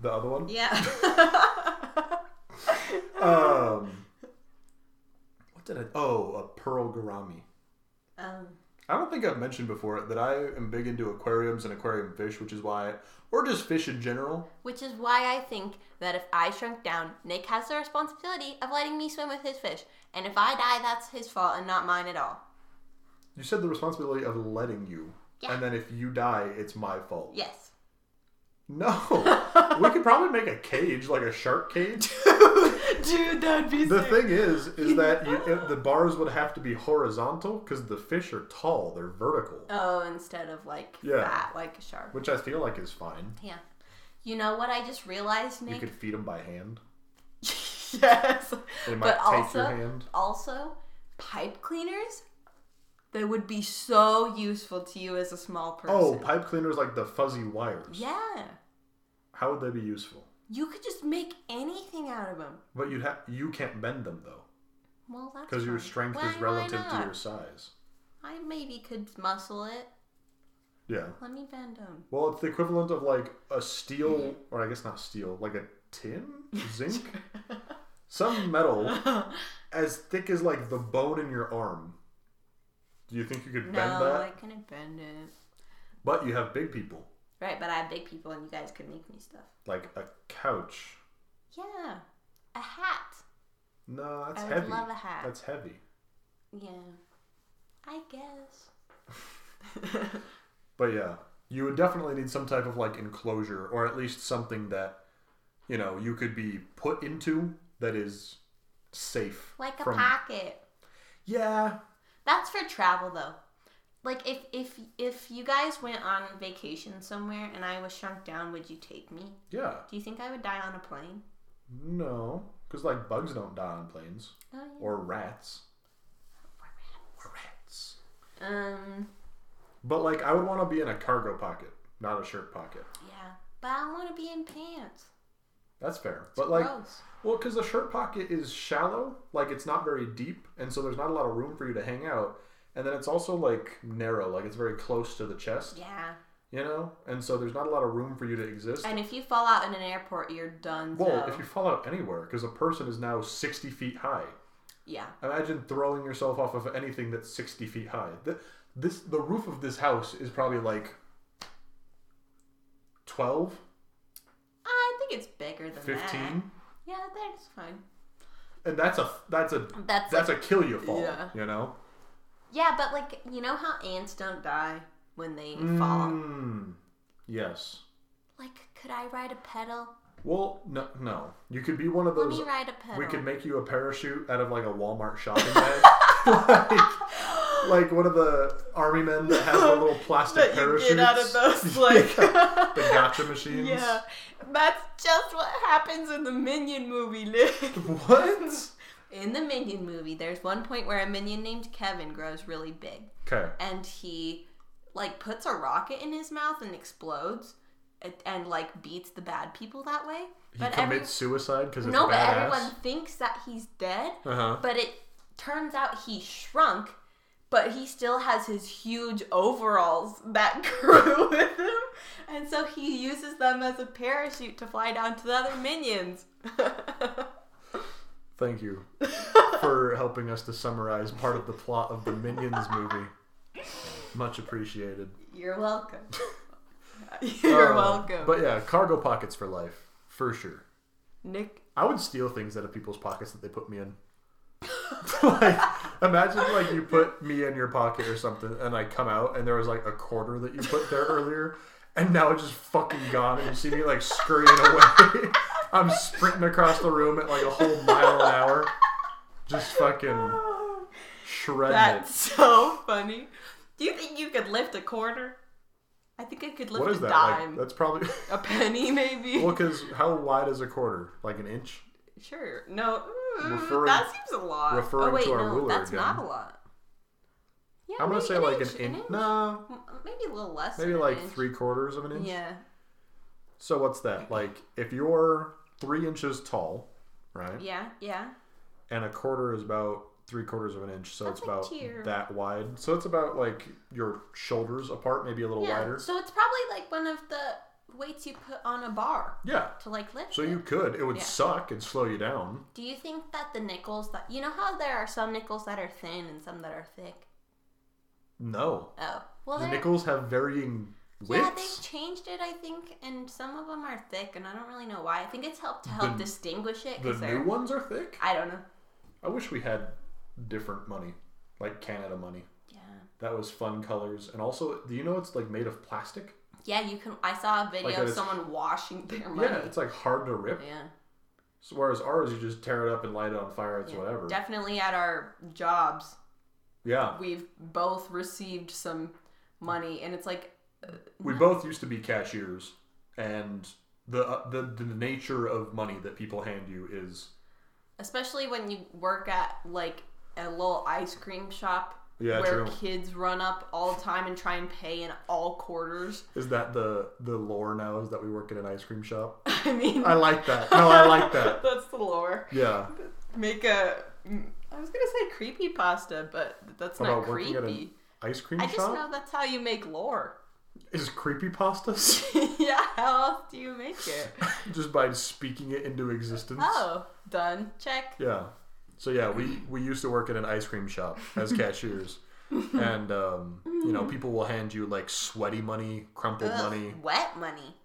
Speaker 2: The other one.
Speaker 3: Yeah.
Speaker 2: Um, what did I? Oh, a pearl gourami.
Speaker 3: um.
Speaker 2: I don't think I've mentioned before that I am big into aquariums and aquarium fish, which is why, or just fish in general.
Speaker 3: Which is why I think that if I shrunk down, Nick has the responsibility of letting me swim with his fish. And if I die, that's his fault and not mine at all.
Speaker 2: You said the responsibility of letting you,
Speaker 3: Yeah.
Speaker 2: and then if you die, it's my fault.
Speaker 3: Yes.
Speaker 2: No, we could probably make a cage, like a shark cage.
Speaker 3: Dude, that'd be
Speaker 2: The thing is, is that you, it- the bars would have to be horizontal because the fish are tall; they're vertical,
Speaker 3: Oh, instead of like
Speaker 2: Yeah.
Speaker 3: fat, like a shark.
Speaker 2: which I feel like is fine.
Speaker 3: Yeah. You know what I just realized,
Speaker 2: You
Speaker 3: Nick?
Speaker 2: could feed them by hand.
Speaker 3: yes.
Speaker 2: They might
Speaker 3: But
Speaker 2: take your
Speaker 3: also,
Speaker 2: hand.
Speaker 3: also, pipe cleaners, they would be so useful to you as a small person.
Speaker 2: Oh, pipe cleaners like the fuzzy wires.
Speaker 3: yeah.
Speaker 2: How would they be useful?
Speaker 3: You could just make anything out of them.
Speaker 2: But you'd have you can't bend them though,
Speaker 3: Well, that's
Speaker 2: because your
Speaker 3: fine.
Speaker 2: strength
Speaker 3: Why-
Speaker 2: is
Speaker 3: why
Speaker 2: relative to
Speaker 3: not?
Speaker 2: your size.
Speaker 3: I maybe could muscle it.
Speaker 2: Yeah.
Speaker 3: Let me bend them.
Speaker 2: Well, it's the equivalent of like a steel, or I guess not steel, like a tin, zinc, some metal as thick as like the bone in your arm. Do you think you could
Speaker 3: no,
Speaker 2: bend that?
Speaker 3: I couldn't bend it.
Speaker 2: But you have big people,
Speaker 3: Right, but I have big people, and you guys could make me stuff.
Speaker 2: like a couch.
Speaker 3: Yeah, a hat.
Speaker 2: No, that's
Speaker 3: I would
Speaker 2: heavy.
Speaker 3: love a hat.
Speaker 2: That's heavy.
Speaker 3: Yeah, I guess.
Speaker 2: But yeah, you would definitely need some type of like enclosure or at least something that, you know, you could be put into that is safe.
Speaker 3: like a
Speaker 2: from-
Speaker 3: pocket.
Speaker 2: Yeah.
Speaker 3: That's for travel though. Like if if if you guys went on vacation somewhere and I was shrunk down, would you take me?
Speaker 2: Yeah.
Speaker 3: Do you think I would die on a plane?
Speaker 2: No. Because like bugs don't die on planes
Speaker 3: Oh yeah.
Speaker 2: or rats. Or rats.
Speaker 3: Um.
Speaker 2: But like, I would want to be in a cargo pocket, not a shirt pocket.
Speaker 3: Yeah, but I want to be in pants.
Speaker 2: That's fair. But like,
Speaker 3: Gross.
Speaker 2: Well, because the shirt pocket is shallow, like it's not very deep, and so there's not a lot of room for you to hang out. And then it's also like narrow, like it's very close to the chest,
Speaker 3: Yeah.
Speaker 2: you know? And so there's not a lot of room for you to exist.
Speaker 3: And if you fall out in an airport, you're done.
Speaker 2: well,
Speaker 3: so-
Speaker 2: if you fall out anywhere, because a person is now 60 feet high,
Speaker 3: yeah.
Speaker 2: imagine throwing yourself off of anything that's 60 feet high. The, this, the roof of this house is probably like 12,
Speaker 3: I think it's bigger than that.
Speaker 2: 15,
Speaker 3: Yeah, that's fine.
Speaker 2: and that's a that's a
Speaker 3: That's,
Speaker 2: that's
Speaker 3: like,
Speaker 2: a kill you fall,
Speaker 3: Yeah.
Speaker 2: you know.
Speaker 3: yeah, but like you know how ants don't die when they fall.
Speaker 2: Mm, yes.
Speaker 3: Like, could I ride a pedal?
Speaker 2: Well, no, no. You could be one of
Speaker 3: Let
Speaker 2: those.
Speaker 3: me ride a pedal.
Speaker 2: We could make you a parachute out of like a Walmart shopping bag, like, like one of the army men that has the little plastic parachutes,
Speaker 3: those
Speaker 2: the gotcha machines.
Speaker 3: yeah, that's just what happens in the Minion movie, Nick.
Speaker 2: What?
Speaker 3: In the Minion movie, there's one point where a minion named Kevin grows really big,
Speaker 2: Okay.
Speaker 3: and he like puts a rocket in his mouth and explodes, and, and like beats the bad people that way.
Speaker 2: He
Speaker 3: But
Speaker 2: commits
Speaker 3: every
Speaker 2: suicide because it's
Speaker 3: no,
Speaker 2: badass.
Speaker 3: but everyone thinks that he's dead,
Speaker 2: Uh-huh.
Speaker 3: but it turns out he shrunk. But he still has his huge overalls that grew with him, and so he uses them as a parachute to fly down to the other minions.
Speaker 2: Thank you for helping us to summarize part of the plot of the Minions movie. Much appreciated.
Speaker 3: You're welcome. You're
Speaker 2: Uh,
Speaker 3: welcome.
Speaker 2: But yeah, cargo pockets for life, for sure.
Speaker 3: Nick,
Speaker 2: I would steal things out of people's pockets that they put me in. like, imagine like you put me in your pocket or something, and I come out, and there was like a quarter that you put there earlier, and now it's just fucking gone, and you see me like scurrying away. I'm sprinting across the room at like a whole mile an hour, just fucking shredding
Speaker 3: that's
Speaker 2: it.
Speaker 3: so funny. Do you think you could lift a quarter? I think I could lift
Speaker 2: What is
Speaker 3: a
Speaker 2: that? Like,
Speaker 3: dime,
Speaker 2: that's probably
Speaker 3: a penny, maybe.
Speaker 2: well, because how wide is a quarter? Like an inch?
Speaker 3: sure. No, mm,
Speaker 2: Referring-
Speaker 3: that seems a lot.
Speaker 2: referring
Speaker 3: oh wait,
Speaker 2: to our
Speaker 3: no,
Speaker 2: ruler
Speaker 3: that's
Speaker 2: again.
Speaker 3: not a lot. Yeah,
Speaker 2: I'm gonna
Speaker 3: maybe
Speaker 2: say like an
Speaker 3: inch,
Speaker 2: inch.
Speaker 3: inch.
Speaker 2: Nah,
Speaker 3: M- maybe a little less.
Speaker 2: maybe
Speaker 3: than an
Speaker 2: like
Speaker 3: inch.
Speaker 2: three quarters of an inch.
Speaker 3: Yeah,
Speaker 2: So what's that? Like if you're three inches tall, right?
Speaker 3: yeah, yeah.
Speaker 2: And a quarter is about three quarters of an inch, so
Speaker 3: That's
Speaker 2: it's
Speaker 3: like
Speaker 2: about
Speaker 3: tier.
Speaker 2: that wide. So it's about like your shoulders apart, maybe a little
Speaker 3: yeah.
Speaker 2: wider.
Speaker 3: So it's probably like one of the weights you put on a bar
Speaker 2: Yeah.
Speaker 3: to like lift.
Speaker 2: So
Speaker 3: it.
Speaker 2: you could. It would
Speaker 3: Yeah.
Speaker 2: suck and slow you down.
Speaker 3: Do you think that the nickels that you know how there are some nickels that are thin and some that are thick?
Speaker 2: No.
Speaker 3: Oh, well,
Speaker 2: the
Speaker 3: they're-
Speaker 2: nickels have varying
Speaker 3: yeah, they've
Speaker 2: widths.
Speaker 3: changed it, I think, and some of them are thick, and I don't really know why. I think it's helped to help
Speaker 2: The-
Speaker 3: distinguish it
Speaker 2: the
Speaker 3: because
Speaker 2: new
Speaker 3: they're.
Speaker 2: ones are thick.
Speaker 3: I don't know.
Speaker 2: I wish we had different money, like Canada money.
Speaker 3: Yeah,
Speaker 2: That was fun colors. And also, do you know it's like made of plastic?
Speaker 3: yeah. You can. I saw a video
Speaker 2: Like
Speaker 3: of
Speaker 2: it's-
Speaker 3: someone washing their money.
Speaker 2: Yeah, it's like hard to rip.
Speaker 3: Yeah,
Speaker 2: So whereas ours, you just tear it up and light it on fire. It's
Speaker 3: yeah.
Speaker 2: whatever.
Speaker 3: Definitely at our jobs,
Speaker 2: yeah,
Speaker 3: we've both received some money, and it's like
Speaker 2: we both used to be cashiers, and the, uh, the the nature of money that people hand you is
Speaker 3: Especially when you work at like a little ice cream shop
Speaker 2: Yeah,
Speaker 3: where
Speaker 2: true.
Speaker 3: kids run up all the time and try and pay in all quarters.
Speaker 2: is that the the lore now is that we work in an ice cream shop.
Speaker 3: I mean,
Speaker 2: I like that. No, I like that.
Speaker 3: that's the lore.
Speaker 2: Yeah,
Speaker 3: Make a. mm, I was gonna say creepy pasta, but that's not
Speaker 2: about working at
Speaker 3: creepy.
Speaker 2: an ice cream
Speaker 3: I just
Speaker 2: shop
Speaker 3: know that's how you make lore.
Speaker 2: is creepy pastas
Speaker 3: yeah, how else do you make it?
Speaker 2: just by speaking it into existence.
Speaker 3: Oh, done. Check.
Speaker 2: Yeah. So yeah, we we used to work at an ice cream shop as cashiers, and um, you know people will hand you like sweaty money, crumpled
Speaker 3: Ugh,
Speaker 2: money,
Speaker 3: Wet money.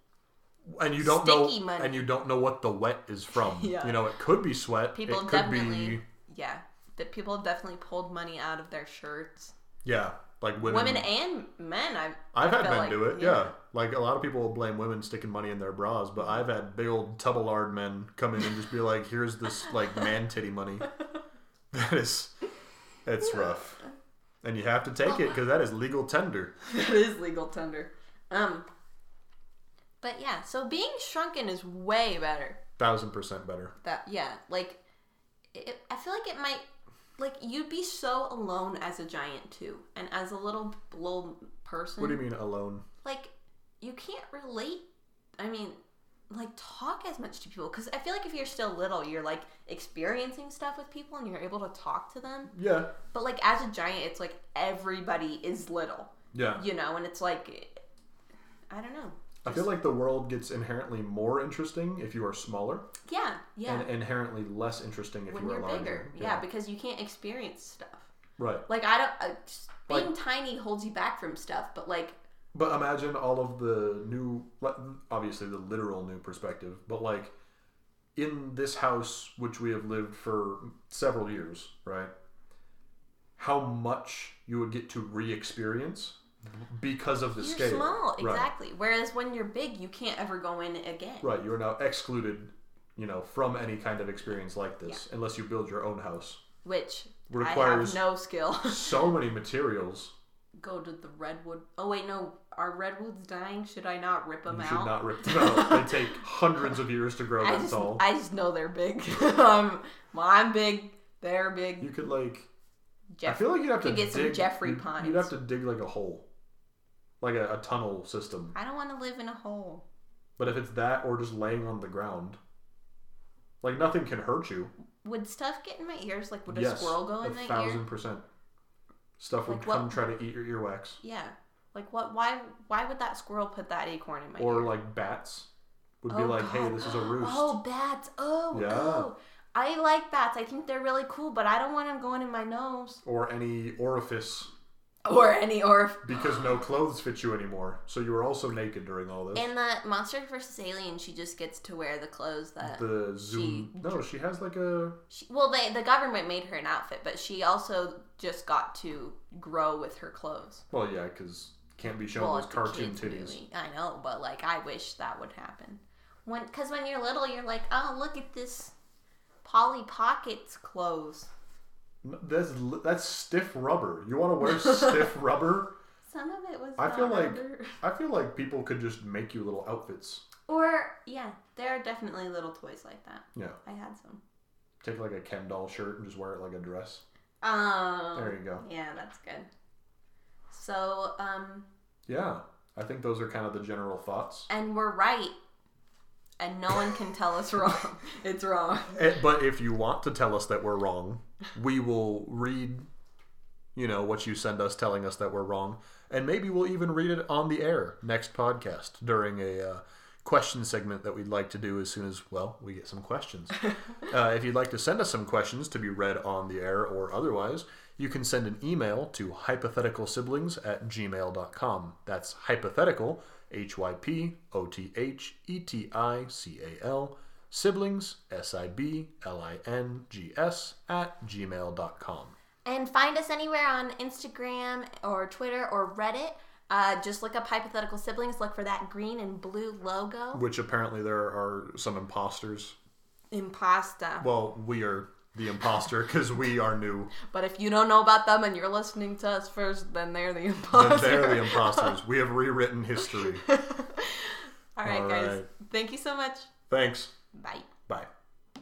Speaker 2: and you don't
Speaker 3: Sticky
Speaker 2: know
Speaker 3: money.
Speaker 2: and you don't know what the wet is from.
Speaker 3: Yeah.
Speaker 2: You know it could be sweat.
Speaker 3: People
Speaker 2: it could
Speaker 3: definitely.
Speaker 2: be
Speaker 3: Yeah, that people definitely pulled money out of their shirts.
Speaker 2: yeah, like women.
Speaker 3: Women and men. I.
Speaker 2: I've
Speaker 3: I
Speaker 2: had
Speaker 3: feel
Speaker 2: men
Speaker 3: like,
Speaker 2: do it. Yeah. like a lot of people will blame women sticking money in their bras, but I've had big old tubbleard men come in and just be like, "Here's this like man titty money." That is, it's rough, and you have to take it because that is legal tender.
Speaker 3: It is legal tender. Um. But yeah, so being shrunken is way better.
Speaker 2: thousand percent better.
Speaker 3: That yeah, like it, I feel like it might like you'd be so alone as a giant too, and as a little little person.
Speaker 2: What do you mean alone?
Speaker 3: Like you can't relate. I mean, like talk as much to people because I feel like if you're still little, you're like experiencing stuff with people and you're able to talk to them.
Speaker 2: Yeah,
Speaker 3: But like as a giant, it's like everybody is little,
Speaker 2: yeah.
Speaker 3: you know, and it's like I don't know.
Speaker 2: I feel like the world gets inherently more interesting if you are smaller,
Speaker 3: Yeah, yeah.
Speaker 2: and inherently less interesting if
Speaker 3: when
Speaker 2: you are
Speaker 3: you're
Speaker 2: larger.
Speaker 3: bigger, yeah. because you can't experience stuff.
Speaker 2: right.
Speaker 3: Like I don't uh, just being
Speaker 2: Like-
Speaker 3: tiny holds you back from stuff, but like
Speaker 2: But imagine all of the new, like, obviously the literal new perspective, but like in this house, which we have lived for several years, right? How much you would get to re-experience because of the
Speaker 3: you're
Speaker 2: scale.
Speaker 3: small,
Speaker 2: Right.
Speaker 3: exactly. Whereas when you're big, you can't ever go in again.
Speaker 2: Right, you are now excluded, you know, from any kind of experience like this, unless you build your own house.
Speaker 3: Which
Speaker 2: Requires-
Speaker 3: I have no skill.
Speaker 2: So many materials,
Speaker 3: go to the redwood. Oh wait, no, are redwoods dying? Should I not rip them
Speaker 2: you should
Speaker 3: out?
Speaker 2: not rip them out. They take hundreds of years to grow.
Speaker 3: I
Speaker 2: That's
Speaker 3: just
Speaker 2: all.
Speaker 3: I just know they're big. um, well, I'm big. They're big.
Speaker 2: you could like, I
Speaker 3: Jeff-
Speaker 2: feel like you'd have to
Speaker 3: could get some
Speaker 2: dig-
Speaker 3: Jeffrey
Speaker 2: you'd-
Speaker 3: pines.
Speaker 2: You'd have to dig like a hole, like a, a tunnel system.
Speaker 3: I don't want to live in a hole.
Speaker 2: But if it's that, or just laying on the ground, like nothing can hurt you.
Speaker 3: Would stuff get in my ears? Like would a
Speaker 2: yes,
Speaker 3: squirrel go in
Speaker 2: a
Speaker 3: my ear?
Speaker 2: thousand percent. Stuff would
Speaker 3: Like what-
Speaker 2: come try to eat your earwax,
Speaker 3: Yeah. Like what? Why? Why would that squirrel put that acorn in my
Speaker 2: or
Speaker 3: ear?
Speaker 2: like bats would be
Speaker 3: Oh,
Speaker 2: like, "Hey,
Speaker 3: God.
Speaker 2: this is a roost."
Speaker 3: Oh, bats! Oh,
Speaker 2: Yeah.
Speaker 3: oh! I like bats. I think they're really cool, but I don't want them going in my nose
Speaker 2: or any orifice
Speaker 3: or any or.
Speaker 2: because no clothes fit you anymore. So you were also naked during all this.
Speaker 3: In the Monster vs. Alien, she just gets to wear the clothes that.
Speaker 2: the Zoom. no, she has like a.
Speaker 3: she, well, they the government made her an outfit, but she also just got to grow with her clothes.
Speaker 2: Well, yeah, because can't be shown
Speaker 3: Well,
Speaker 2: those
Speaker 3: if the
Speaker 2: cartoon
Speaker 3: kids
Speaker 2: titties.
Speaker 3: really- I know, but like, I wish that would happen. When, because when you're little, you're like, oh, look at this Polly Pockets clothes.
Speaker 2: N- That's li- that's stiff rubber. You want to wear stiff rubber?
Speaker 3: Some of it was.
Speaker 2: I feel
Speaker 3: not
Speaker 2: like-
Speaker 3: rubber.
Speaker 2: I feel like people could just make you little outfits.
Speaker 3: Or yeah, there are definitely little toys like that.
Speaker 2: Yeah,
Speaker 3: I had some.
Speaker 2: take like a Ken doll shirt and just wear it like a dress.
Speaker 3: Um.
Speaker 2: There you go.
Speaker 3: Yeah, that's good. So, um,
Speaker 2: Yeah, I think those are kind of the general thoughts.
Speaker 3: and we're right, and no one can tell us wrong. It's wrong.
Speaker 2: Eh, But if you want to tell us that we're wrong, we will read, you know, what you send us telling us that we're wrong, and maybe we'll even read it on the air next podcast during a uh, question segment that we'd like to do as soon as well we get some questions. uh, if you'd like to send us some questions to be read on the air or otherwise, you can send an email to hypothetical siblings at gmail.com. That's hypothetical, H Y P O T H E T I C A L, siblings, S I B L I N G S, at gmail.com.
Speaker 3: And find us anywhere on Instagram or Twitter or Reddit. Uh, just look up hypothetical siblings. Look for that green and blue logo.
Speaker 2: Which apparently there are some imposters.
Speaker 3: Impasta.
Speaker 2: Well, we are the imposter because we are new.
Speaker 3: But if you don't know about them and you're listening to us first, then they're the
Speaker 2: But
Speaker 3: imposter.
Speaker 2: they're the imposters. We have rewritten history.
Speaker 3: All right,
Speaker 2: All
Speaker 3: guys.
Speaker 2: right.
Speaker 3: Thank you so much.
Speaker 2: Thanks.
Speaker 3: Bye.
Speaker 2: Bye.